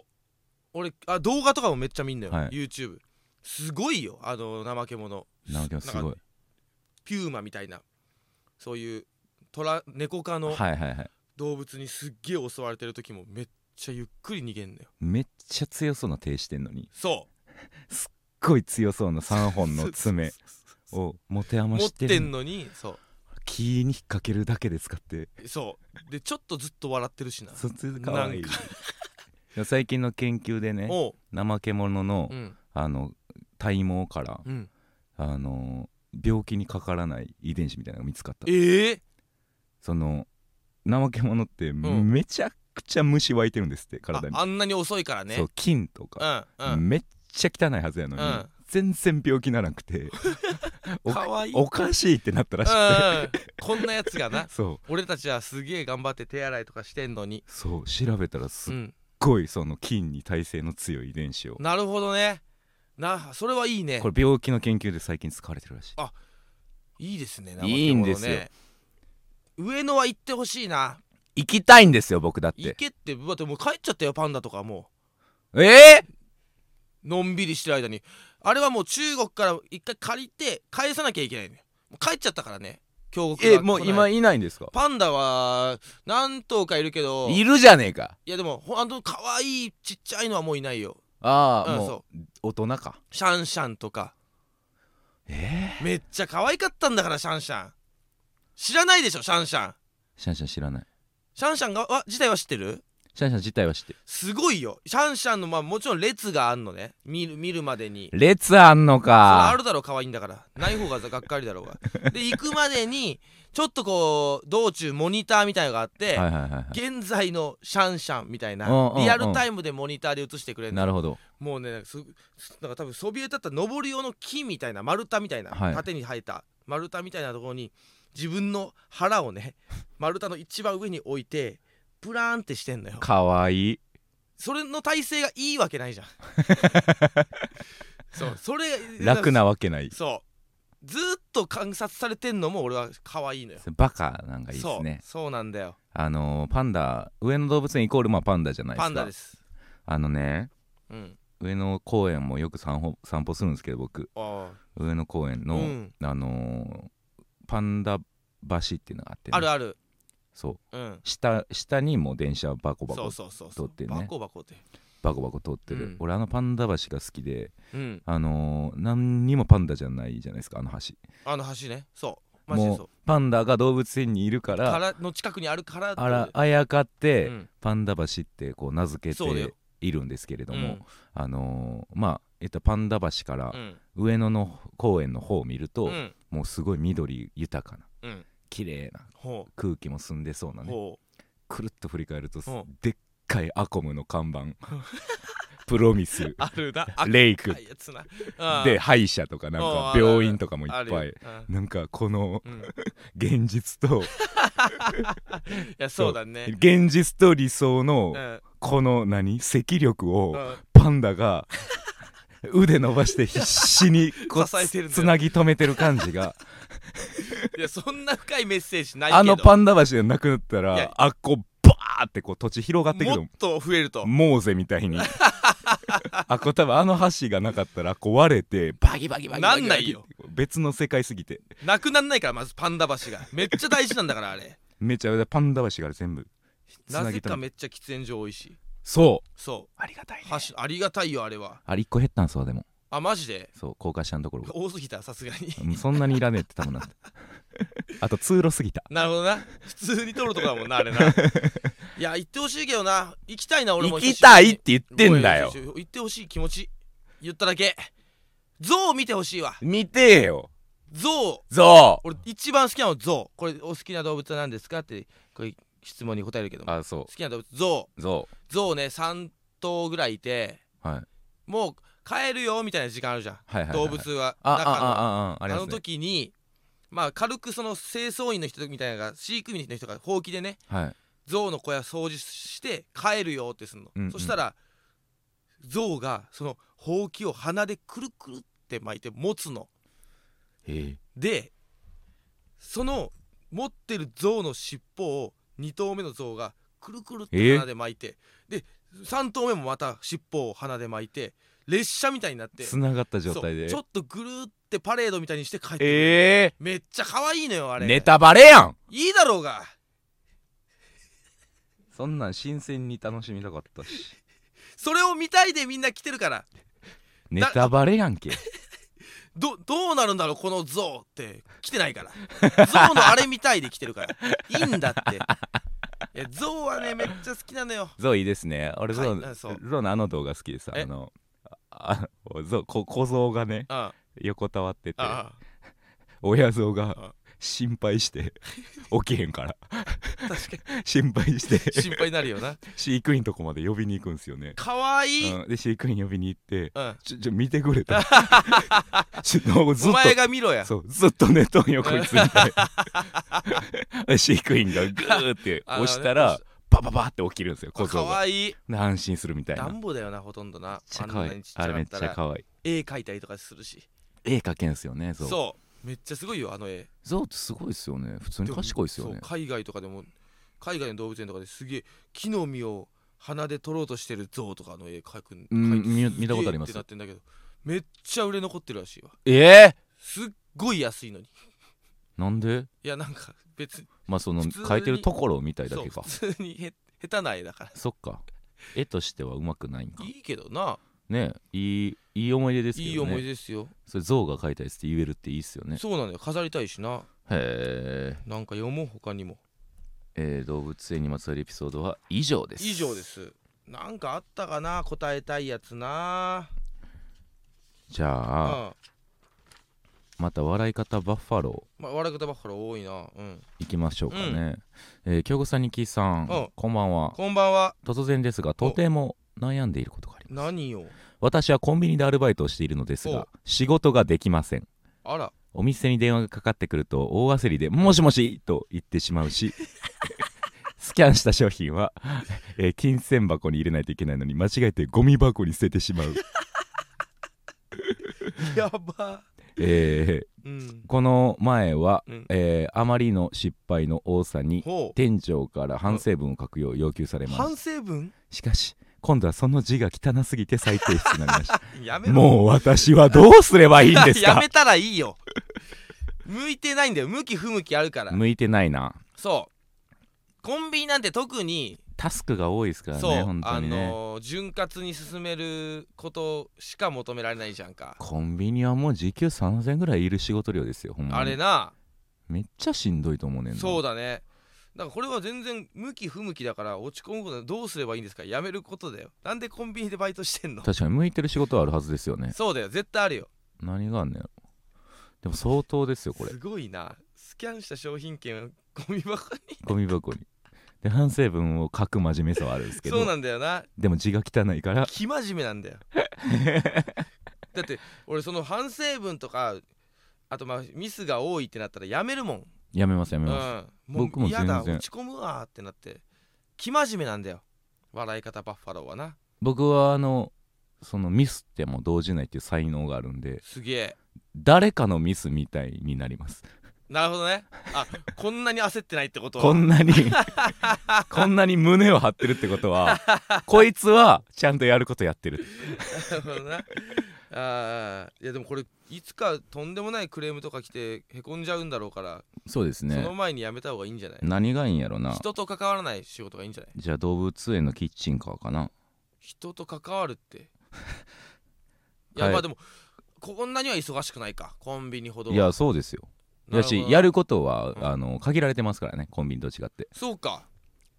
Speaker 2: う俺あ動画とかもめっちゃ見んのよ、
Speaker 1: はい
Speaker 2: YouTube すごいよあの怠け者
Speaker 1: 怠け者す
Speaker 2: な
Speaker 1: ご
Speaker 2: ん
Speaker 1: い
Speaker 2: かピューマみたいなそういう虎猫科の
Speaker 1: はいはいはい
Speaker 2: 動物にすっげえ襲われてる時もめっちゃゆっくり逃げんのよ
Speaker 1: めっちゃ強そうな手してんのに
Speaker 2: そ
Speaker 1: すっごい強そうな3本
Speaker 2: う
Speaker 1: の 爪を持て余
Speaker 2: 持っ
Speaker 1: して
Speaker 2: て
Speaker 1: る
Speaker 2: んのにそ
Speaker 1: 木に引っ掛けるだけで使って
Speaker 2: うそうでちょっとずっと笑ってるしな
Speaker 1: そっちかわいい
Speaker 2: なん
Speaker 1: 最近の研究でね
Speaker 2: おう
Speaker 1: 怠け者の
Speaker 2: うん
Speaker 1: あの体毛から
Speaker 2: うん
Speaker 1: あの病気にかからない遺伝子みたいなのが見つかった
Speaker 2: えー、
Speaker 1: その怠け者って
Speaker 2: ん
Speaker 1: めちゃくちゃ虫湧いてるんですって
Speaker 2: あ
Speaker 1: 体に、
Speaker 2: あんなに遅いからね
Speaker 1: そう菌とか、
Speaker 2: うんうん
Speaker 1: めっちゃ汚いはずやのに、
Speaker 2: うん
Speaker 1: 全然病気ならなく てお
Speaker 2: かわいい
Speaker 1: おかしいってなったらし
Speaker 2: うん
Speaker 1: く
Speaker 2: うんこんなやつがな
Speaker 1: てそう
Speaker 2: 俺たちはすげえ頑張って手洗いとかしてんのに、
Speaker 1: そう調べたらす
Speaker 2: う
Speaker 1: っ
Speaker 2: ん、
Speaker 1: ごいその菌に耐性の強い遺伝子を
Speaker 2: なるほどねなそれはいいね
Speaker 1: これ病気の研究で最近使われてるらしい
Speaker 2: あいいですね
Speaker 1: いいんですよ
Speaker 2: 怠け者ね上野は行ってほしいな
Speaker 1: 行きたいんですよ僕だっ
Speaker 2: 行けってだってもう帰っちゃったよパンダとかも
Speaker 1: ええ
Speaker 2: うのんびりしてる間にあれはもう中国から一回借りて返さなきゃいけないのよもう帰っちゃったからね京極が
Speaker 1: えもう
Speaker 2: 来ない
Speaker 1: 今いないんですか
Speaker 2: パンダは何頭かいるけど
Speaker 1: いるじゃねえか
Speaker 2: いやでもほんと可愛いちっちゃいのはもういないよ
Speaker 1: ああ、
Speaker 2: うん
Speaker 1: もう
Speaker 2: そ
Speaker 1: 大人か
Speaker 2: シャンシャンとか
Speaker 1: ええ
Speaker 2: めっちゃ可愛かったんだからシャンシャン知らないでしょシャンシャン
Speaker 1: シャンシャン知らない
Speaker 2: シャンシャンがわ自体は知ってる
Speaker 1: シャンシャン自体は知ってる
Speaker 2: すごいよシャンシャンのまあもちろん列があんのね見る見るまでに
Speaker 1: 列あんの
Speaker 2: それあ
Speaker 1: か
Speaker 2: るだろう可愛いんだからない方ががっかりだろ うがで行くまでにちょっとこう道中モニターみたいのがあって、
Speaker 1: はいはいはいは
Speaker 2: 現在のシャンシャンみたいな、
Speaker 1: うんうんうん
Speaker 2: リアルタイムでモニターで映してくれ
Speaker 1: い
Speaker 2: る
Speaker 1: なるほど
Speaker 2: もうねなんかすなんか多分そびえ立った登り用の木みたいな丸太みたいな、
Speaker 1: はい
Speaker 2: 縦に生えた丸太みたいなところに自分の腹をね 丸太の一番上に置いてプラーンってしてんのよ
Speaker 1: かわいい
Speaker 2: それの体勢がいいわけな いじゃんそうそれ
Speaker 1: 楽なわけない
Speaker 2: そうずーっと観察されてんのも俺は可愛いのよ
Speaker 1: バカなんかいいで
Speaker 2: そ
Speaker 1: す
Speaker 2: う
Speaker 1: ね
Speaker 2: そうなんだよ
Speaker 1: あのーパンダ上野動物園イコールまあパンダじゃないですか
Speaker 2: パンダです
Speaker 1: あのね
Speaker 2: うん
Speaker 1: 上野公園もよく散歩散歩するんですけど僕
Speaker 2: あ
Speaker 1: 上野公園
Speaker 2: あ、
Speaker 1: の、
Speaker 2: うん、
Speaker 1: あのーパンダ橋っていうのがあってね、
Speaker 2: あるある
Speaker 1: そう
Speaker 2: うん
Speaker 1: 下下にもう電車バコバ
Speaker 2: そ
Speaker 1: コ
Speaker 2: うそうそうそ
Speaker 1: 通
Speaker 2: う
Speaker 1: ってね
Speaker 2: バコバコって
Speaker 1: バコバコ通ってる、
Speaker 2: うん
Speaker 1: 俺あのパンダ橋が好きで
Speaker 2: うん
Speaker 1: あのー何にもパンダじゃないじゃないですかあの橋
Speaker 2: あの橋ねそうマジで
Speaker 1: も
Speaker 2: そう
Speaker 1: うパンダが動物園にいるから
Speaker 2: からの近くにあるから
Speaker 1: あらあやかっ
Speaker 2: う
Speaker 1: て、
Speaker 2: ん
Speaker 1: パンダ橋ってこう名付け
Speaker 2: そうだよ
Speaker 1: ているんですけれども、
Speaker 2: うん
Speaker 1: あのーまあえっとパンダ橋か
Speaker 2: う
Speaker 1: ら
Speaker 2: ん
Speaker 1: 上野の公園の方を見ると、
Speaker 2: うん
Speaker 1: もうすごい緑豊かな
Speaker 2: うん
Speaker 1: 綺麗な
Speaker 2: ほ
Speaker 1: 空気も澄んでそうな
Speaker 2: う
Speaker 1: ね
Speaker 2: ほ
Speaker 1: くるっと振り返ると
Speaker 2: ほ
Speaker 1: でっかいアコムの看板 プロミス
Speaker 2: うあるなあ
Speaker 1: レイク
Speaker 2: 赤いやつなうん
Speaker 1: で歯医者とかなん
Speaker 2: おう
Speaker 1: か
Speaker 2: あるある
Speaker 1: 病院とかもい
Speaker 2: あ
Speaker 1: っ
Speaker 2: るよ
Speaker 1: ぱい
Speaker 2: うん
Speaker 1: なんかこの
Speaker 2: うんい
Speaker 1: 現実と
Speaker 2: やそうだ ね
Speaker 1: 現実と理想
Speaker 2: う
Speaker 1: の
Speaker 2: ん
Speaker 1: この何積力
Speaker 2: う
Speaker 1: を
Speaker 2: ん
Speaker 1: パンダが腕伸ばして必死 にこう
Speaker 2: 支えてるんだよ
Speaker 1: つなぎ止めてる感 じが
Speaker 2: いやそんな深いメッセージないけど
Speaker 1: あのパンダ橋がなくなった
Speaker 2: い
Speaker 1: ら
Speaker 2: や
Speaker 1: あっこバーってこう土地広がってくる
Speaker 2: もっと増えると
Speaker 1: モーゼみたいに あこう多分あの橋がなかったらこう割れてバキバキバキバキバキ
Speaker 2: なんないよ
Speaker 1: 別の世界すぎて
Speaker 2: なくなんないからまずパンダ橋がめっち ゃ大事なんだからあれ
Speaker 1: めちゃパンダ橋が全部つ
Speaker 2: な
Speaker 1: なぎ
Speaker 2: ぜ
Speaker 1: 止
Speaker 2: か
Speaker 1: め
Speaker 2: めっちゃ喫煙所多いし
Speaker 1: そう
Speaker 2: そ
Speaker 1: ありがたいう
Speaker 2: 箸ありがたいよあれは
Speaker 1: あれ1個減ったんすわでも
Speaker 2: あマジで
Speaker 1: そう高架下のとこ ろが
Speaker 2: 多すぎたさすがに
Speaker 1: うんそんなにいらねえって多分なって あと通路すぎた
Speaker 2: なるほどな普通に取るとこだもんなあ れないや行ってほしいけどな行きたいな俺も
Speaker 1: 行きたいって言ってんだよ
Speaker 2: ごめ行ってほしい気持ち言っただけ象を見てほしいわ
Speaker 1: 見てえよ
Speaker 2: 象
Speaker 1: ゾ
Speaker 2: 俺一番好きなの象これお好きな動物は何ですかってこれ質問に答えるけど
Speaker 1: ウ
Speaker 2: も
Speaker 1: あそ
Speaker 2: 好きな動物象
Speaker 1: うゾ
Speaker 2: 象ね3頭ぐらいいて
Speaker 1: ウはい
Speaker 2: もう帰るよみたいな時間あるじゃん、
Speaker 1: はいはいはい
Speaker 2: 動物は
Speaker 1: ああ
Speaker 2: 中の
Speaker 1: ああああり
Speaker 2: あ
Speaker 1: ます
Speaker 2: の
Speaker 1: ね
Speaker 2: 時にまあ軽くその清掃員の人みたいなのが飼育員の人がほうきでね
Speaker 1: はい
Speaker 2: 象の小屋掃除して帰るよってすんの、
Speaker 1: うんうん
Speaker 2: そしたら象がそのほうきを鼻でくるくるって巻いて持つの
Speaker 1: え
Speaker 2: でその持ってる象の尻尾を2頭目の象がくるくるって鼻で巻いて、で3頭目もまた尻尾を鼻で巻いて列車みたいになって
Speaker 1: つながった状態で
Speaker 2: そうちょっとぐるーってパレードみたいにして帰ってくる
Speaker 1: え
Speaker 2: めっちゃ可愛いのよあ
Speaker 1: え
Speaker 2: れ
Speaker 1: ネタバレやん
Speaker 2: いいだろうが
Speaker 1: そんなん新鮮に楽しみたかったし
Speaker 2: それを見たいでみんな来てるから
Speaker 1: ネタバレやんけ
Speaker 2: どどうなるんだろうこの象って来てないから象のあれみたいで来てるからいいん だっていや象はねめっちゃ好きなのよ
Speaker 1: ゾウいいですね俺ゾウ
Speaker 2: はいあそう
Speaker 1: ゾウのあの動画好きでさ
Speaker 2: え
Speaker 1: あのああゾウこ小ゾウがね
Speaker 2: うんあ
Speaker 1: 横たわってて
Speaker 2: あ
Speaker 1: 親ゾウ
Speaker 2: うん
Speaker 1: が心配して起きへんから
Speaker 2: 確か
Speaker 1: 心配して
Speaker 2: に心配になるよな
Speaker 1: 飼育員とこまで呼びに行くんすよね、
Speaker 2: 可愛いい、うん
Speaker 1: うん、で飼育員呼びに行ってちょちょ見てくれ たちょもうず
Speaker 2: お
Speaker 1: っ
Speaker 2: 前
Speaker 1: と
Speaker 2: が見ろや
Speaker 1: そうずっと寝とんよこいつみたい なで飼育員がグーって押した
Speaker 2: あの
Speaker 1: ら
Speaker 2: ね
Speaker 1: バババって起きるんですよ小僧
Speaker 2: 可
Speaker 1: が
Speaker 2: 愛いい
Speaker 1: で安心するみたいな
Speaker 2: ダ
Speaker 1: めっ
Speaker 2: ンボだよなほとんどな
Speaker 1: ちゃ
Speaker 2: ん
Speaker 1: 可
Speaker 2: な
Speaker 1: 愛
Speaker 2: に
Speaker 1: い
Speaker 2: ちっち
Speaker 1: あ
Speaker 2: ゃ
Speaker 1: れ
Speaker 2: か
Speaker 1: め
Speaker 2: っ
Speaker 1: ったちゃ
Speaker 2: ら
Speaker 1: 可愛い
Speaker 2: 絵描いたりとかするし
Speaker 1: 絵描けんすよねゾ
Speaker 2: そう
Speaker 1: ウ
Speaker 2: めっちゃすごいよあの絵
Speaker 1: ゾウってすごいですよね普通に賢いですよ
Speaker 2: そ
Speaker 1: ね
Speaker 2: う海外とかでも海外の動物園とかですげえ木の実を鼻で取ろうとしてる象とかの絵描くん
Speaker 1: うん
Speaker 2: 描いて
Speaker 1: 見
Speaker 2: すげえ
Speaker 1: 見たことあります
Speaker 2: ってなってんだけどめっちゃ売れ残ってるらしいわ
Speaker 1: ええ
Speaker 2: すっごい安いのに
Speaker 1: なんで
Speaker 2: いやなんか別に
Speaker 1: まあその
Speaker 2: 普通に
Speaker 1: 描いてるところみたいだ
Speaker 2: そう
Speaker 1: けか
Speaker 2: 普通にへ下手な絵だから
Speaker 1: そっか絵としてはうまくないんか
Speaker 2: いいけどな
Speaker 1: ねいいいい思い出ですけどね
Speaker 2: いい思い出ですよ
Speaker 1: それ象が描いたやつって言えるっていいっすよね
Speaker 2: そうなんだよ飾りたいしな
Speaker 1: へー
Speaker 2: なんか読もう他にも
Speaker 1: えー動物園にまつわるエピソードは以上です
Speaker 2: 以上ですなんかあったかな答えたいやつな
Speaker 1: じゃあ
Speaker 2: あ
Speaker 1: また笑い方バッファロ
Speaker 2: まあ笑い方ばっかり多いなうん
Speaker 1: ーいきましょうかね、えー京子さんにきさん、
Speaker 2: うん
Speaker 1: こんばんは
Speaker 2: こんばんは
Speaker 1: 突然ですがとても悩んでいることがあります
Speaker 2: 何よ
Speaker 1: 私はコンビニでアルバイトをしているのです
Speaker 2: お
Speaker 1: が仕事ができません
Speaker 2: あら
Speaker 1: お店に電話がかかってくると大焦りで「もしもし!」と言ってしまう しスキャンした商品は、えー金銭箱に入れないといけないのに間違えてゴミ箱に捨ててしまう、
Speaker 2: やば。
Speaker 1: え
Speaker 2: うん
Speaker 1: ー。この前は、
Speaker 2: うん
Speaker 1: えーあまりの失敗の多さに
Speaker 2: ほう。
Speaker 1: 店長から反省文を書くよう要求されます
Speaker 2: 反省文
Speaker 1: しかし今度はその字が汚すぎて再提出になりました
Speaker 2: やめろ。
Speaker 1: もう私はどうすればいいんです
Speaker 2: や
Speaker 1: か
Speaker 2: めたらいいよ。向いてないんだよ。向き不向きあるから。
Speaker 1: 向いてないな
Speaker 2: そう。コンビニなんて特に、
Speaker 1: タスクが多いですから
Speaker 2: そう、
Speaker 1: ね本当
Speaker 2: あ
Speaker 1: にね、
Speaker 2: のー潤滑に進めることしか求められないじゃんか。
Speaker 1: コンビニはもう時給3000ぐらいいる仕事量ですよほんまに
Speaker 2: あれな、
Speaker 1: めっちゃしんどいと思うねんな
Speaker 2: そうだね。だからこれは全然向き不向きだから落ち込むことはどうすればいいんですかやめることだよ。なんでコンビニでバイトしてんの
Speaker 1: 確かに向いてる仕事はあるはずですよね
Speaker 2: そうだよ。絶対あるよ。
Speaker 1: 何があんねやろでも相当ですよこれ
Speaker 2: すごいな。スキャンした商品券を ゴミ箱に。
Speaker 1: ゴミ箱にで反省文を書く真面目さはあるんですけ
Speaker 2: そう
Speaker 1: ど
Speaker 2: なんだよな。
Speaker 1: でも字が汚いから
Speaker 2: 生真面目な んだよだって俺その反省文とかあとまあミスが多いってなったらやめるもん、
Speaker 1: やめますや
Speaker 2: う
Speaker 1: めます、
Speaker 2: ん、
Speaker 1: 僕も
Speaker 2: 嫌だ
Speaker 1: 全然
Speaker 2: 落ち込むわってなって生真面目なんだよ笑い方バッファローはな
Speaker 1: 僕はあのそのミスっても動じないっていう才能があるんです
Speaker 2: げえ
Speaker 1: 誰かのミスみたいになります
Speaker 2: なるほどねあこんなに焦ってないってことは
Speaker 1: こん なにこんなに胸を張ってるってことはこいつはちゃんとやることやってる
Speaker 2: なるほどなあーいやでもこれいつかとんでもないクレームとか来てへこんじゃうんだろうから、
Speaker 1: そうです
Speaker 2: そ
Speaker 1: ね
Speaker 2: の前にやめた方がいいんじゃない
Speaker 1: 何がいいんやろな
Speaker 2: 人と関わらない仕事がいいんじゃない
Speaker 1: じゃあ動物園のキッチンカーかな
Speaker 2: 人と関わ るってい
Speaker 1: は
Speaker 2: や、
Speaker 1: い
Speaker 2: まあでもこんなには忙しくないかコンビニほどはい
Speaker 1: やそうですよ
Speaker 2: な
Speaker 1: だ
Speaker 2: るほど
Speaker 1: しやることは、
Speaker 2: うん
Speaker 1: あの限られてますからねコンビニと違って
Speaker 2: そうか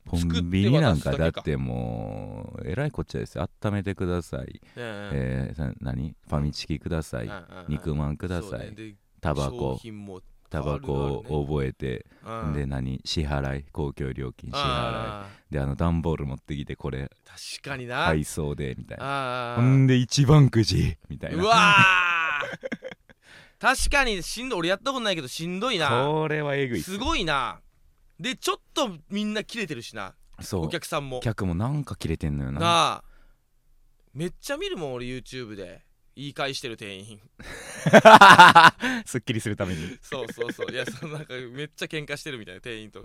Speaker 1: コンビニなんかだってもうえらいこっちゃですよ温めてください、
Speaker 2: え
Speaker 1: えーさ何ファミチキください、肉まんください、タバ
Speaker 2: 商
Speaker 1: コ
Speaker 2: 品も
Speaker 1: タバコを覚えて、
Speaker 2: うん
Speaker 1: で何支払い公共料金支払い
Speaker 2: あ
Speaker 1: であの段ボール持ってきてこれ
Speaker 2: ー確かにな、
Speaker 1: 配送でみたいな
Speaker 2: あ
Speaker 1: ほ
Speaker 2: ー
Speaker 1: んで一番くじみたいうな
Speaker 2: わー確かにしんどい俺やったことないけどしんどいな
Speaker 1: これはえぐいっ
Speaker 2: すごいなでちょっとみんな切れてるしな
Speaker 1: そう
Speaker 2: お客さんも
Speaker 1: 客もなんか切れてんのよな
Speaker 2: なあめっちゃ見るもん俺 YouTube で言い返してる店員
Speaker 1: すっきりするために
Speaker 2: そうそうそういやそのなんかめっちゃ喧嘩してるみたいな店員と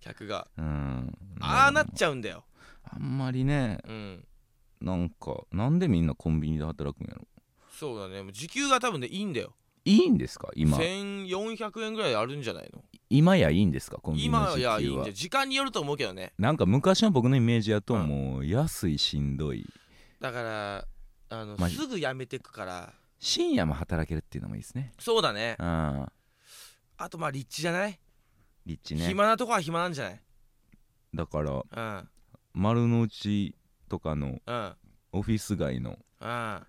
Speaker 2: 客が
Speaker 1: うん
Speaker 2: ああなっちゃうんだよ
Speaker 1: あんまりね
Speaker 2: うん
Speaker 1: なんかなんでみんなコンビニで働くんやろ
Speaker 2: そうだねもう時給が多分ねいいんだよ
Speaker 1: いいんですか今
Speaker 2: 1400円ぐらいあるんじゃないの
Speaker 1: 今やいいんですかコンビニの
Speaker 2: 今
Speaker 1: 時
Speaker 2: いやいい
Speaker 1: 給
Speaker 2: ん
Speaker 1: は
Speaker 2: じゃ時間によると思うけどね
Speaker 1: なんか昔の僕のイメージやと
Speaker 2: うん
Speaker 1: もう安いしんどい
Speaker 2: だからあの
Speaker 1: マジ
Speaker 2: すぐ辞めてくから
Speaker 1: 深夜も働けるっていうのもいいですね
Speaker 2: そうだね
Speaker 1: うん
Speaker 2: あとまあ立地じゃない、
Speaker 1: リッチね
Speaker 2: 暇なとこは暇なんじゃない
Speaker 1: だから
Speaker 2: うん
Speaker 1: 丸の内とかの
Speaker 2: うん
Speaker 1: オフィス街の
Speaker 2: うん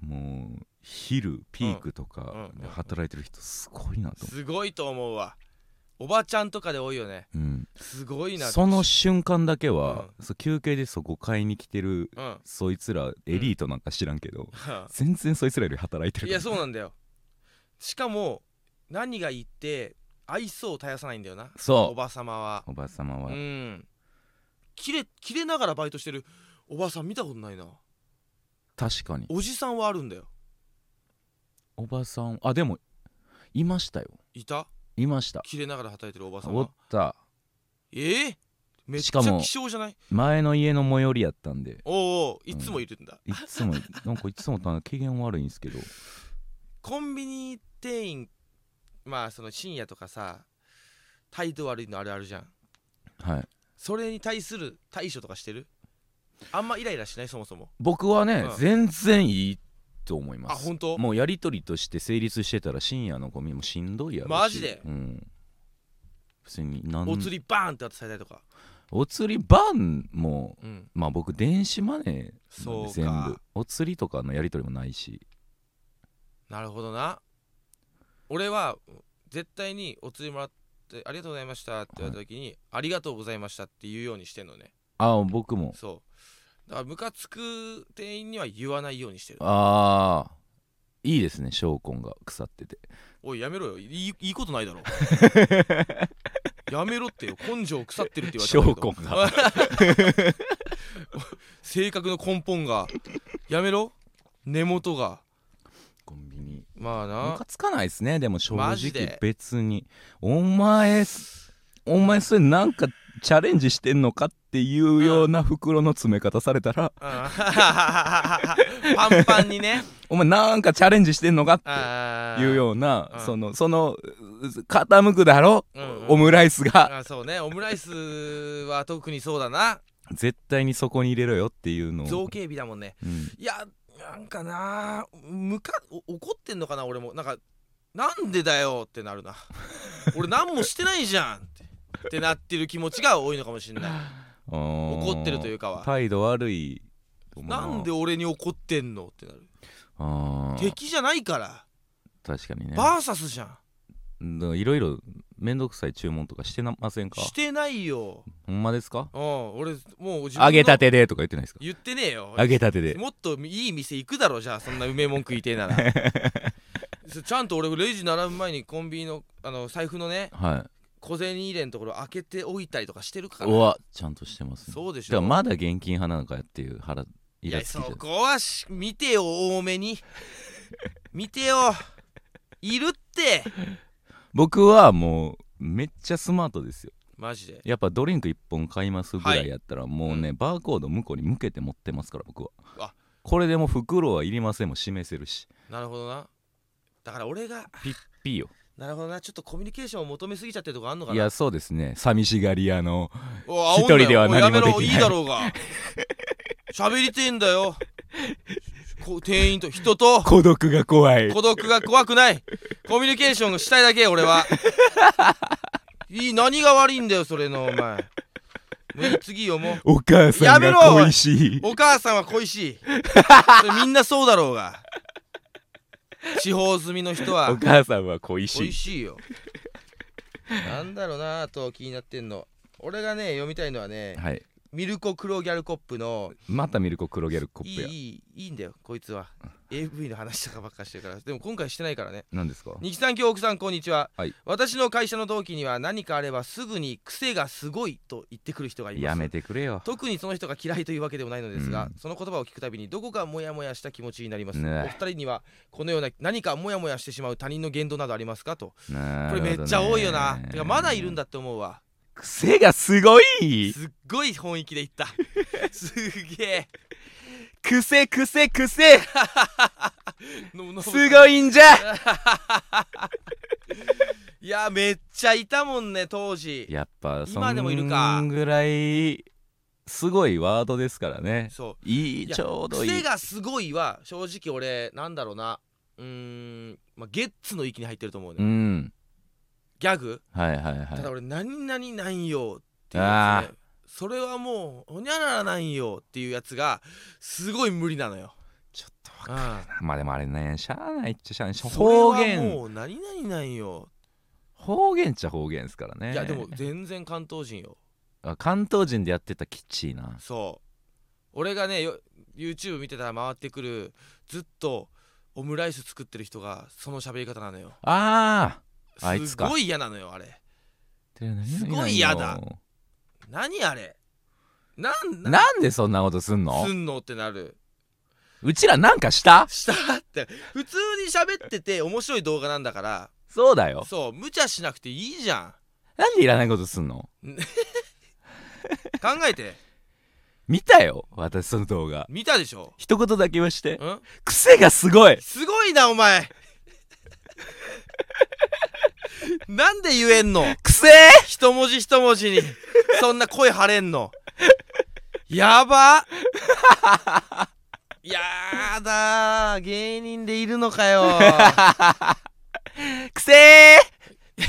Speaker 1: もう昼ピークとか
Speaker 2: うん
Speaker 1: で働いてる人すごいなと思
Speaker 2: すごいと思うわおばちゃんとかで多いよね
Speaker 1: う、うん、
Speaker 2: すごいな
Speaker 1: その瞬間だけは、
Speaker 2: う
Speaker 1: そう休憩でそこ買いに来てる
Speaker 2: うん
Speaker 1: そいつらエリートなんか知らんけど、全然そいつらより働いてる
Speaker 2: い
Speaker 1: から
Speaker 2: やそうなんだよしかも何がいいって愛想を絶やさないんだよなお
Speaker 1: そ
Speaker 2: ばさまは
Speaker 1: うおばさまは、
Speaker 2: うん切れ切れながらバイトしてるおばさん見たことないな
Speaker 1: 確かに
Speaker 2: おじさんはあるんだよ
Speaker 1: おばさんあでもいましたよ
Speaker 2: いた
Speaker 1: いました
Speaker 2: 切れながら働いてるおばさ
Speaker 1: お
Speaker 2: ま
Speaker 1: った
Speaker 2: ええめっ
Speaker 1: し
Speaker 2: ちゃ
Speaker 1: かも
Speaker 2: 希少じゃない
Speaker 1: 前の家の最寄りやったんで
Speaker 2: おうおういつもいるんだ、
Speaker 1: いつも なんかいつもとあの機嫌悪いんですけど
Speaker 2: コンビニ店員まあその深夜とかさ態度悪いのあるあるじゃん
Speaker 1: はい
Speaker 2: それに対する対処とかしてるあんまイライラしないそもそも
Speaker 1: 僕はね、
Speaker 2: うん
Speaker 1: 全然いいと思います
Speaker 2: あ本当
Speaker 1: もうやり取りとして成立してたら深夜のゴミもしんどいやろし
Speaker 2: マジで
Speaker 1: うん別になん
Speaker 2: お釣りバーンって渡されたりとか
Speaker 1: お釣りバンも
Speaker 2: うん
Speaker 1: まあ僕電子マネーなんで
Speaker 2: そうか
Speaker 1: 全部お釣りとかのやり取りもないし
Speaker 2: なるほどな俺は絶対にお釣りもらってありがとうございましたって言われた時に、ありがとうございましたって言うようにしてんのね
Speaker 1: ああ僕も
Speaker 2: そうだからムカつく店員には言わないようにしてる
Speaker 1: ああいいですね証拠が腐ってて
Speaker 2: おいやめろよいいいいことない だろやめろってよ根性腐ってるって言われたんだけど
Speaker 1: 証拠が
Speaker 2: 性格の根本がやめろ根元が
Speaker 1: コンビニ
Speaker 2: まあ
Speaker 1: ム
Speaker 2: な
Speaker 1: カつかないですねでも正
Speaker 2: マジ
Speaker 1: 直
Speaker 2: で
Speaker 1: 別にお前お前それなんかチャレンジしてんのかっていうような袋の詰め方されたら
Speaker 2: うんパンパンにね
Speaker 1: お前なんかチャレンジしてんのかって
Speaker 2: あ
Speaker 1: いう
Speaker 2: う
Speaker 1: ような
Speaker 2: うん
Speaker 1: そのそのう傾くだろ
Speaker 2: うんうん
Speaker 1: オムライスが
Speaker 2: あそうねオムライスは特にそうだな
Speaker 1: 絶対にそこに入れろよっていうの
Speaker 2: 造
Speaker 1: を
Speaker 2: 形美だもんね
Speaker 1: うん
Speaker 2: いやなんかなむかお怒ってんのかな俺もなんかなんでだよってな るな俺何もしてないじゃんってってなってる気持ちが多いのかもしれない
Speaker 1: 怒
Speaker 2: ってるというかは
Speaker 1: 態度悪い
Speaker 2: なんで俺に怒ってんのってなる
Speaker 1: あー
Speaker 2: 敵じゃないから
Speaker 1: 確かにね
Speaker 2: バーサスじゃん
Speaker 1: うんいろいろ面倒くさい注文とかしてなませんか
Speaker 2: してないよ
Speaker 1: ほんまですか
Speaker 2: うん俺もう自分の
Speaker 1: 揚げたてでとか言ってないですか
Speaker 2: 言ってねえよ
Speaker 1: 揚げたてで
Speaker 2: もっといい店行くだろじゃあそんなうめえもん食いてえ ならそうちゃんと俺レジ並ぶ前にコンビニのあの財布のね
Speaker 1: は
Speaker 2: 小銭入れのところ開けておいたりとかしてるか
Speaker 1: い
Speaker 2: ら
Speaker 1: うわちゃんとしてますね
Speaker 2: そうでしょ
Speaker 1: だからまだ現金派なのかっていう腹イ
Speaker 2: い
Speaker 1: ラ
Speaker 2: や
Speaker 1: つ
Speaker 2: そ
Speaker 1: きじゃん
Speaker 2: こはし見てよ多 めに見てよいるって
Speaker 1: 僕はもうめっちゃスマートですよ
Speaker 2: マジで
Speaker 1: やっぱドリンク1本買いますぐらいやったらもうね、バーコード向こうに向けて持ってますから僕は
Speaker 2: あ
Speaker 1: これでもう袋はいりませんも示せるし
Speaker 2: なるほどなだから俺が
Speaker 1: ピッピーよ
Speaker 2: なるほどなちょっとコミュニケーションを求めすぎちゃってるとこあんのか
Speaker 1: い
Speaker 2: な
Speaker 1: やそうですね寂しがり屋の
Speaker 2: お煽んなよ
Speaker 1: 一人では何もできない
Speaker 2: おやめろいいだろうが喋りてえんだよこ店員と人と
Speaker 1: 孤独が怖い
Speaker 2: 孤独が怖くないコミュニケーションがしたいだけ俺 はいい何が悪いんだよそれのお前もう次よもう
Speaker 1: お母さんが恋しい
Speaker 2: お母さんは恋しいそれみんなそうだろうが地方住みの人
Speaker 1: お
Speaker 2: は
Speaker 1: 母さんは恋し
Speaker 2: 恋
Speaker 1: い
Speaker 2: しいよなんだろうなあと気になってんの俺がね読みたいのはね
Speaker 1: はい
Speaker 2: ミルコ黒ギャルコップの
Speaker 1: またミルコ黒ギャルコ
Speaker 2: い
Speaker 1: ッ
Speaker 2: い
Speaker 1: プや
Speaker 2: いいいいんだよこいつは AV の話とかばっかしてるからでも今回してないからね
Speaker 1: 何ですか
Speaker 2: 二木さん今日奥さんこんにちは、
Speaker 1: はい
Speaker 2: 私の会社の同期には何かあればすぐに癖がすごいと言ってくる人がいます
Speaker 1: やめてくれよ
Speaker 2: 特にその人が嫌いというわけでもないのですが、
Speaker 1: うん
Speaker 2: その言葉を聞くたびにどこかモヤモヤした気持ちになります、
Speaker 1: ね
Speaker 2: お二人にはこのような何かモヤモヤしてしまう他人の言動などありますかと
Speaker 1: こ
Speaker 2: これめっちゃ多いよなてかまだいるんだって思うわ
Speaker 1: 癖がすごい
Speaker 2: すっごい本域でいった すげえ
Speaker 1: 癖癖癖
Speaker 2: のの
Speaker 1: すごいんじゃ
Speaker 2: いやめっちゃいたもんね当時
Speaker 1: やっぱそ
Speaker 2: 今でもいるか
Speaker 1: んぐらいすごいワードですからね
Speaker 2: そう
Speaker 1: いい
Speaker 2: いや
Speaker 1: ちょうどい
Speaker 2: 癖
Speaker 1: い
Speaker 2: がすごいは正直俺なんだろうなうーん、まあ、ゲッツの域に入ってると思うね、
Speaker 1: うん
Speaker 2: ギャグ
Speaker 1: はいはいは
Speaker 2: ただ
Speaker 1: い
Speaker 2: 俺何々なんよっていう
Speaker 1: あ
Speaker 2: やつ
Speaker 1: ー
Speaker 2: ねそれはもうほにゃららなんよっていうやつがすごい無理なのよ
Speaker 1: ちょっと
Speaker 2: う
Speaker 1: わか
Speaker 2: ん
Speaker 1: まあでもあれねしゃあないっちゃしゃあない
Speaker 2: それ
Speaker 1: 方
Speaker 2: は
Speaker 1: 言
Speaker 2: もう何々なんよ
Speaker 1: 方言っちゃ方言ですからね
Speaker 2: いやでも全然関東人よ
Speaker 1: あ関東人でやってたキッチーな
Speaker 2: そう俺がねよ YouTube 見てたら回ってくるずっとオムライス作ってる人がその喋り方なのよ
Speaker 1: ああいつ
Speaker 2: す
Speaker 1: か
Speaker 2: ごい嫌なのよあれ
Speaker 1: ー
Speaker 2: すごい嫌だ何あれなんなん
Speaker 1: なんでそんなことすんの
Speaker 2: すんのってなる
Speaker 1: うちらなんかした
Speaker 2: したって普通に喋ってて面白い動画なんだから
Speaker 1: そうだよ
Speaker 2: そう無茶しなくていいじゃ
Speaker 1: なんでいらないことすんの
Speaker 2: ん考えて
Speaker 1: 見たよ私その動画
Speaker 2: 見たでしょ
Speaker 1: 一言だけ言わして
Speaker 2: ん
Speaker 1: 癖がすごい
Speaker 2: すごいなお前なんで言えんの
Speaker 1: 癖
Speaker 2: 一文字一文字にそんな声張れんのや ばやだ芸人でいるのかよ
Speaker 1: 癖ー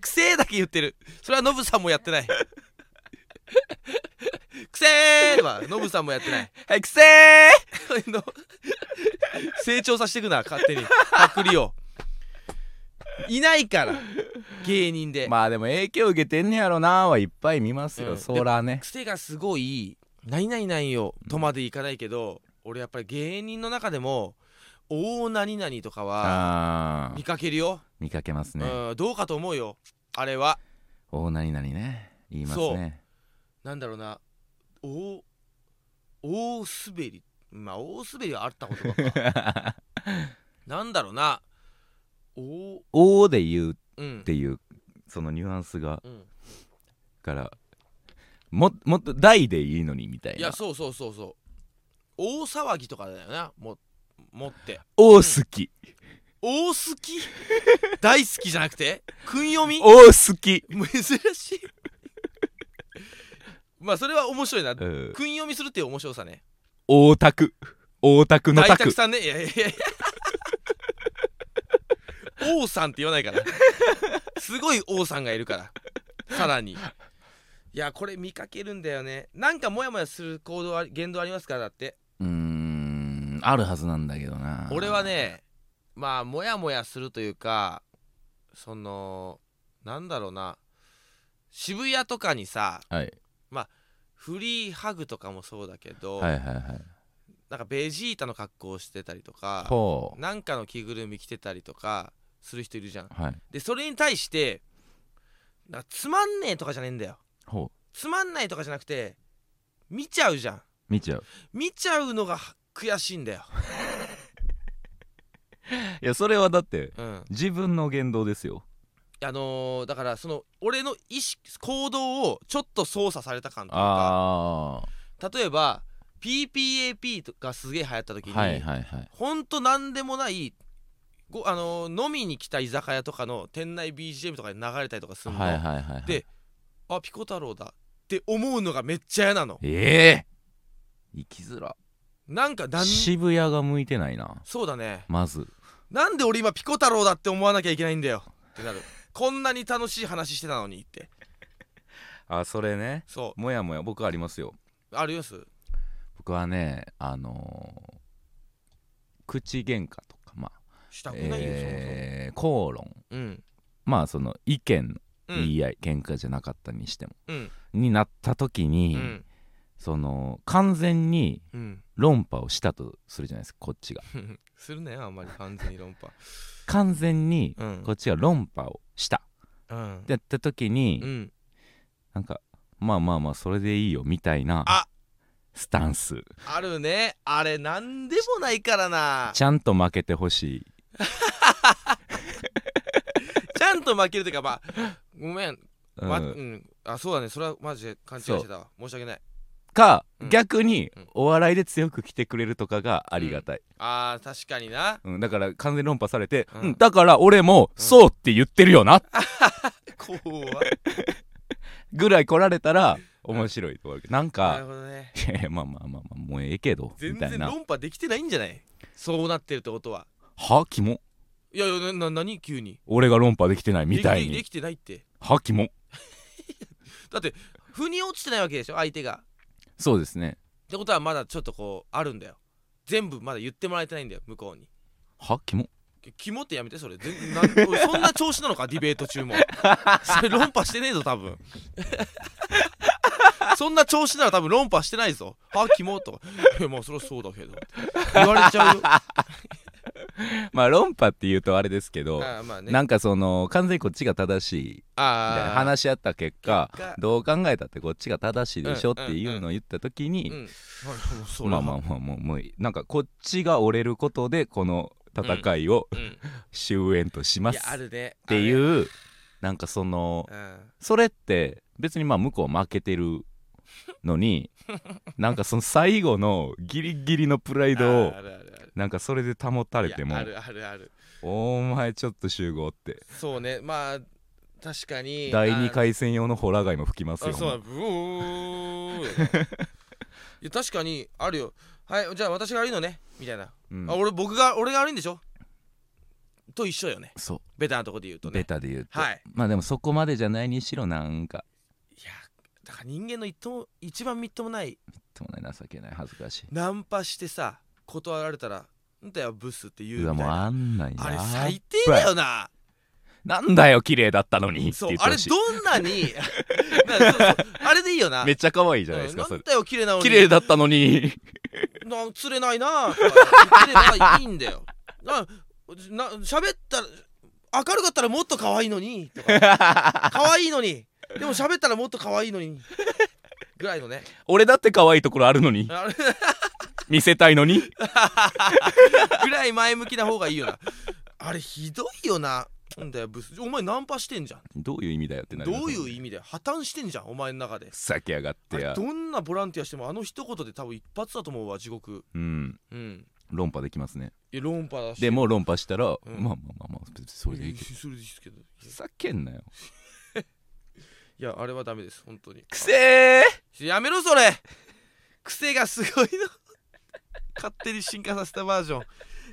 Speaker 2: くせえだけ言ってるそれはノブさんもやってないくせえはノブさんもやってない
Speaker 1: はい癖ー
Speaker 2: そういうの成長させてくな勝手にパクリをいないから芸人で、
Speaker 1: まあでも影響受けてんねやろなーはいっぱい見ますよ、
Speaker 2: うん
Speaker 1: そらね
Speaker 2: 癖がすごい「何々なんよ」とまでいかないけど、俺やっぱり芸人の中でも「大何々」とかは
Speaker 1: あー
Speaker 2: 見かけるよ、
Speaker 1: 見かけますね
Speaker 2: うん、どうかと思うよあれは
Speaker 1: 大なりなりね言いますね
Speaker 2: なんだろうな大大滑りまあ大滑りはあったことか なんだろうな大
Speaker 1: おーで言うっ
Speaker 2: うん
Speaker 1: ていうそのニュアンスが
Speaker 2: うん
Speaker 1: からももっと大でいいのにみたい
Speaker 2: い
Speaker 1: な
Speaker 2: やそうそうそうそう大騒ぎとかだよなも持って
Speaker 1: おー好き
Speaker 2: 大好き大好きじゃなくて訓読み
Speaker 1: おー好き
Speaker 2: 珍しいまあそれは面白いな
Speaker 1: う
Speaker 2: 訓
Speaker 1: ん
Speaker 2: 読みするっていう面白さね
Speaker 1: 大田区大田区の
Speaker 2: 大
Speaker 1: 田
Speaker 2: 沢
Speaker 1: 区
Speaker 2: さんねいやいやいやいや王さんって言わないからすごい王さんがいるからさらにいやこれ見かけるんだよねなんかモヤモヤする行動あり言動ありますからだって
Speaker 1: うーんあるはずなんだけどな
Speaker 2: 俺はねまあモヤモヤするというかそのなんだろうな渋谷とかにさ
Speaker 1: はい
Speaker 2: フリーハグとかもそうだけど、
Speaker 1: はいはいはい
Speaker 2: なんかベジータの格好をしてたりとか
Speaker 1: ほ
Speaker 2: なんかの着ぐるみ着てたりとかする人いるじゃん
Speaker 1: うはい
Speaker 2: でそれに対してなんかつまんねえとかじゃねえんだよ
Speaker 1: ほ
Speaker 2: つまんないとかじゃなくて見ちゃうじゃん
Speaker 1: う見ちゃう
Speaker 2: 見ちゃうのが悔しいんだよ、
Speaker 1: いやそれはだって
Speaker 2: うん、
Speaker 1: 自分の言動ですよ
Speaker 2: あのーだからその俺の意識行動をちょっと操作された感というか
Speaker 1: あ
Speaker 2: 例えば PPAP とかすげえ流行った時
Speaker 1: あ
Speaker 2: に、
Speaker 1: はいはいはい
Speaker 2: ほんとなんでもないご、あのー飲みに来た居酒屋とかの店内 BGM とかで流れたりとかするの、
Speaker 1: はいはいはいはい
Speaker 2: であピコ太郎だって思うのがめっちゃ嫌なの
Speaker 1: ええ生きづら
Speaker 2: なんかなん
Speaker 1: 渋谷が向いてないな
Speaker 2: そうだね
Speaker 1: まず
Speaker 2: なんで俺今ピコ太郎だって思わなきゃいけないんだよってなるこんなに楽しい話してたのにって
Speaker 1: あそれね
Speaker 2: そ
Speaker 1: もやもや僕ありますよ
Speaker 2: うあります
Speaker 1: 僕はねあのー口喧嘩とかまあ
Speaker 2: したくないよ、
Speaker 1: えー口論
Speaker 2: そもそもうん
Speaker 1: まあその意見の
Speaker 2: う
Speaker 1: 言
Speaker 2: ん
Speaker 1: い合い、喧嘩じゃなかったにしても
Speaker 2: うん
Speaker 1: になった時に、
Speaker 2: うん
Speaker 1: その完全に
Speaker 2: うん
Speaker 1: 論破をしたとするじゃないですかこっちが
Speaker 2: するねあん まり完全に論破
Speaker 1: 完全に
Speaker 2: うん
Speaker 1: こっちが論破をした
Speaker 2: うん
Speaker 1: ってやった時に、
Speaker 2: うん
Speaker 1: なんかまあまあまあそれでいいよみたいな
Speaker 2: あ
Speaker 1: スタンス
Speaker 2: あるねあれなんでもないか らな
Speaker 1: ちゃんと負けてほしい
Speaker 2: ちゃんと負けるというかまあごめん、
Speaker 1: うん
Speaker 2: まうん、あそうだねそれはマジで勘違いしてたわ申し訳ない
Speaker 1: か、
Speaker 2: うん
Speaker 1: 逆に
Speaker 2: うん
Speaker 1: お笑いで強く来てくれるとかがありがたい、
Speaker 2: あー確かにな
Speaker 1: うんだから完全に論破されて、
Speaker 2: うん
Speaker 1: うんだから俺も
Speaker 2: うん
Speaker 1: そうって言ってるよな
Speaker 2: こう
Speaker 1: ぐらい来られたら面白いと思うけどなん
Speaker 2: はなる
Speaker 1: か
Speaker 2: ほどね
Speaker 1: いやいやまあまあまあまあもうええけどみ
Speaker 2: 全
Speaker 1: たい
Speaker 2: 然
Speaker 1: な
Speaker 2: 論破できてないんじゃないそうなってるってことは
Speaker 1: はキモ
Speaker 2: いやいやなな何急に
Speaker 1: 俺が論破できてないみたい
Speaker 2: でき
Speaker 1: に
Speaker 2: できてないって
Speaker 1: はキモ
Speaker 2: だって腑に落ちてないわけでしょ相手が
Speaker 1: そうですね
Speaker 2: ってことはまだちょっとこうあるんだよ全部まだ言ってもらえてないんだよ向こうに
Speaker 1: はキモ
Speaker 2: 肝ってやめてそれ全然な おいそんな調子なのかディベート中も それ論破してねえぞ多分 そんな調子なら多分論破してないぞあ肝とかいやまあそりゃそうだけど言われちゃうよ
Speaker 1: まあ論破っていうとあれですけど、
Speaker 2: あまあね
Speaker 1: なんかその完全にこっちが正しいみたいな
Speaker 2: あー
Speaker 1: 話し合った結果
Speaker 2: 結果
Speaker 1: どう考えたってこっちが正しいでしょ
Speaker 2: う
Speaker 1: っ
Speaker 2: んうん
Speaker 1: ていうのを言った時に、
Speaker 2: うん あもうそれ
Speaker 1: ま
Speaker 2: は
Speaker 1: あまあまあもうもういいなんかこっちが折れることでこの戦いを
Speaker 2: うん
Speaker 1: 終焉としま
Speaker 2: い
Speaker 1: す
Speaker 2: やあ
Speaker 1: っ
Speaker 2: るね
Speaker 1: ていううなんかその
Speaker 2: うん
Speaker 1: それって別にまあ向こう負けてるの になんかその最後のギリギリのプライドを
Speaker 2: あるあるある
Speaker 1: なんかそれで保たれて
Speaker 2: いや
Speaker 1: も
Speaker 2: あるあるある
Speaker 1: 「お前ちょっと集合」って
Speaker 2: そうねまあ確かに
Speaker 1: 第
Speaker 2: あの
Speaker 1: 2回戦用のホラー街も吹きます
Speaker 2: あ
Speaker 1: よ
Speaker 2: そうだブーいや確かにあるよはいじゃあ私が悪いのねみたいな、
Speaker 1: うん
Speaker 2: あ俺僕が俺が悪いんでしょと一緒よね
Speaker 1: そう
Speaker 2: ベタなとこで言うとね
Speaker 1: ベタで言うと、
Speaker 2: はい
Speaker 1: まあでもそこまでじゃないにしろなんか
Speaker 2: いやだから人間の一とも一番みっともない
Speaker 1: ともない情けない恥ずかしい
Speaker 2: ナンパしてさ断られたら「んだよブス」って言う
Speaker 1: うわ
Speaker 2: み
Speaker 1: も
Speaker 2: た
Speaker 1: う
Speaker 2: いな
Speaker 1: あんなんや
Speaker 2: あれ最低だよな
Speaker 1: なんだよ綺麗だったのにって
Speaker 2: そう
Speaker 1: 言って
Speaker 2: あ
Speaker 1: ほ
Speaker 2: れ
Speaker 1: しい
Speaker 2: どん なになそうそうあれでいいよな
Speaker 1: めっちゃ可愛い
Speaker 2: ち
Speaker 1: じゃないですか、そ
Speaker 2: な
Speaker 1: れ
Speaker 2: んだよ綺麗なのに
Speaker 1: 綺麗だったのに
Speaker 2: な釣れないなとか言ってればいいんだよ なな喋ったら明るかったらもっと可愛いのにと か可愛いのにでも喋ったらもっと可愛いのにぐらいのね
Speaker 1: 俺だって可愛いところあるのに
Speaker 2: あれ
Speaker 1: 見せたいのに
Speaker 2: ぐらい前向きな方がいいよなあれひどいよななんだよブスお前ナンパしてんじゃん
Speaker 1: どういう意味だよってなります
Speaker 2: ど
Speaker 1: よ
Speaker 2: う
Speaker 1: ね
Speaker 2: いう意味で破綻してんじゃんお前の中で
Speaker 1: 先上がっ
Speaker 2: あ
Speaker 1: て
Speaker 2: れ
Speaker 1: や
Speaker 2: どんなボランティアしてもあの一言で多分一発だと思うわ地獄
Speaker 1: うん
Speaker 2: うん
Speaker 1: 論破できますね
Speaker 2: いや論破だし
Speaker 1: でも論破したら、
Speaker 2: ん
Speaker 1: まあまあまあまあ別にそれでいいけど
Speaker 2: するですけど
Speaker 1: ふざけんなよ
Speaker 2: いやあれはダメです本当に
Speaker 1: くせー
Speaker 2: やめろそれ癖がすごいの 勝手に進化させたバージョン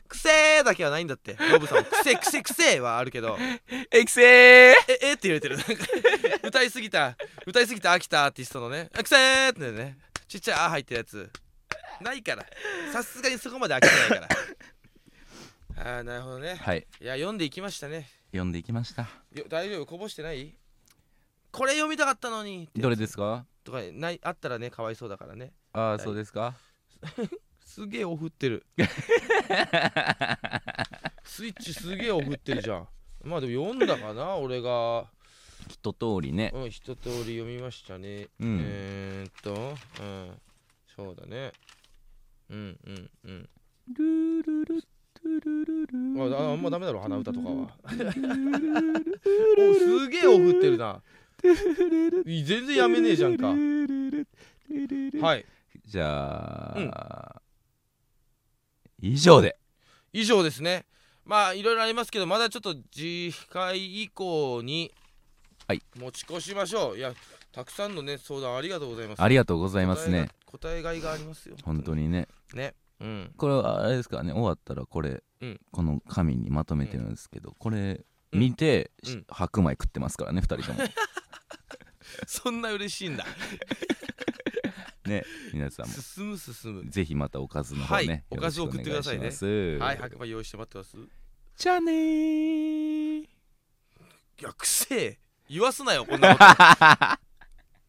Speaker 2: 癖だけはないんだってノブさんも癖癖癖はあるけど
Speaker 1: えくせー
Speaker 2: ええって言われてるなんか歌いすぎた歌いすぎた飽きたアーティストのねあ癖ってねちっちゃいあ入ってるやつないからさすがにそこまで飽きてないからああなるほどね
Speaker 1: はい
Speaker 2: いや読んでいきましたね
Speaker 1: 読んでいきました
Speaker 2: よ大丈夫こぼしてないこれ読みたかったのに
Speaker 1: どれですか
Speaker 2: とかないあったらねかわいそうだからね
Speaker 1: あ
Speaker 2: は
Speaker 1: あ
Speaker 2: い
Speaker 1: そうですか
Speaker 2: すげえおふってるスイッチすげえおふってるじゃんまあでも読んだかな俺が
Speaker 1: 一通りね
Speaker 2: うん一通り読みましたね、
Speaker 1: うん
Speaker 2: えー、っとうんそうだねうんうんうん
Speaker 1: ルルルルルル
Speaker 2: あああんまダメだろ鼻歌とかはおすげえおふってるな全然やめねえじゃんか
Speaker 1: は
Speaker 2: はい
Speaker 1: いじゃあ、以上で
Speaker 2: 以上ですねまあいろいろありますけどまだちょっと次回以降に
Speaker 1: はい
Speaker 2: 持ち越しましょう、い、やたくさんのね相談ありがとうございます
Speaker 1: あり
Speaker 2: がとう
Speaker 1: がとうございますね
Speaker 2: 答えが答えがいがありますよ
Speaker 1: 本当にね
Speaker 2: ねうん
Speaker 1: これはあれですからね終わったらこれ、
Speaker 2: うん
Speaker 1: この紙にまとめてるんですけど、これ
Speaker 2: うん
Speaker 1: 見て、
Speaker 2: うん
Speaker 1: し白米食ってますからね2人 とも
Speaker 2: そんな嬉しいんだ
Speaker 1: ね皆さんも
Speaker 2: 進む進む
Speaker 1: ぜひまたおかずの方ね、よろしく
Speaker 2: はいおかず送ってくださいね
Speaker 1: お願します
Speaker 2: はい白馬用意して待ってますい
Speaker 1: じゃあねー
Speaker 2: やくせえ言わすなよこんなこと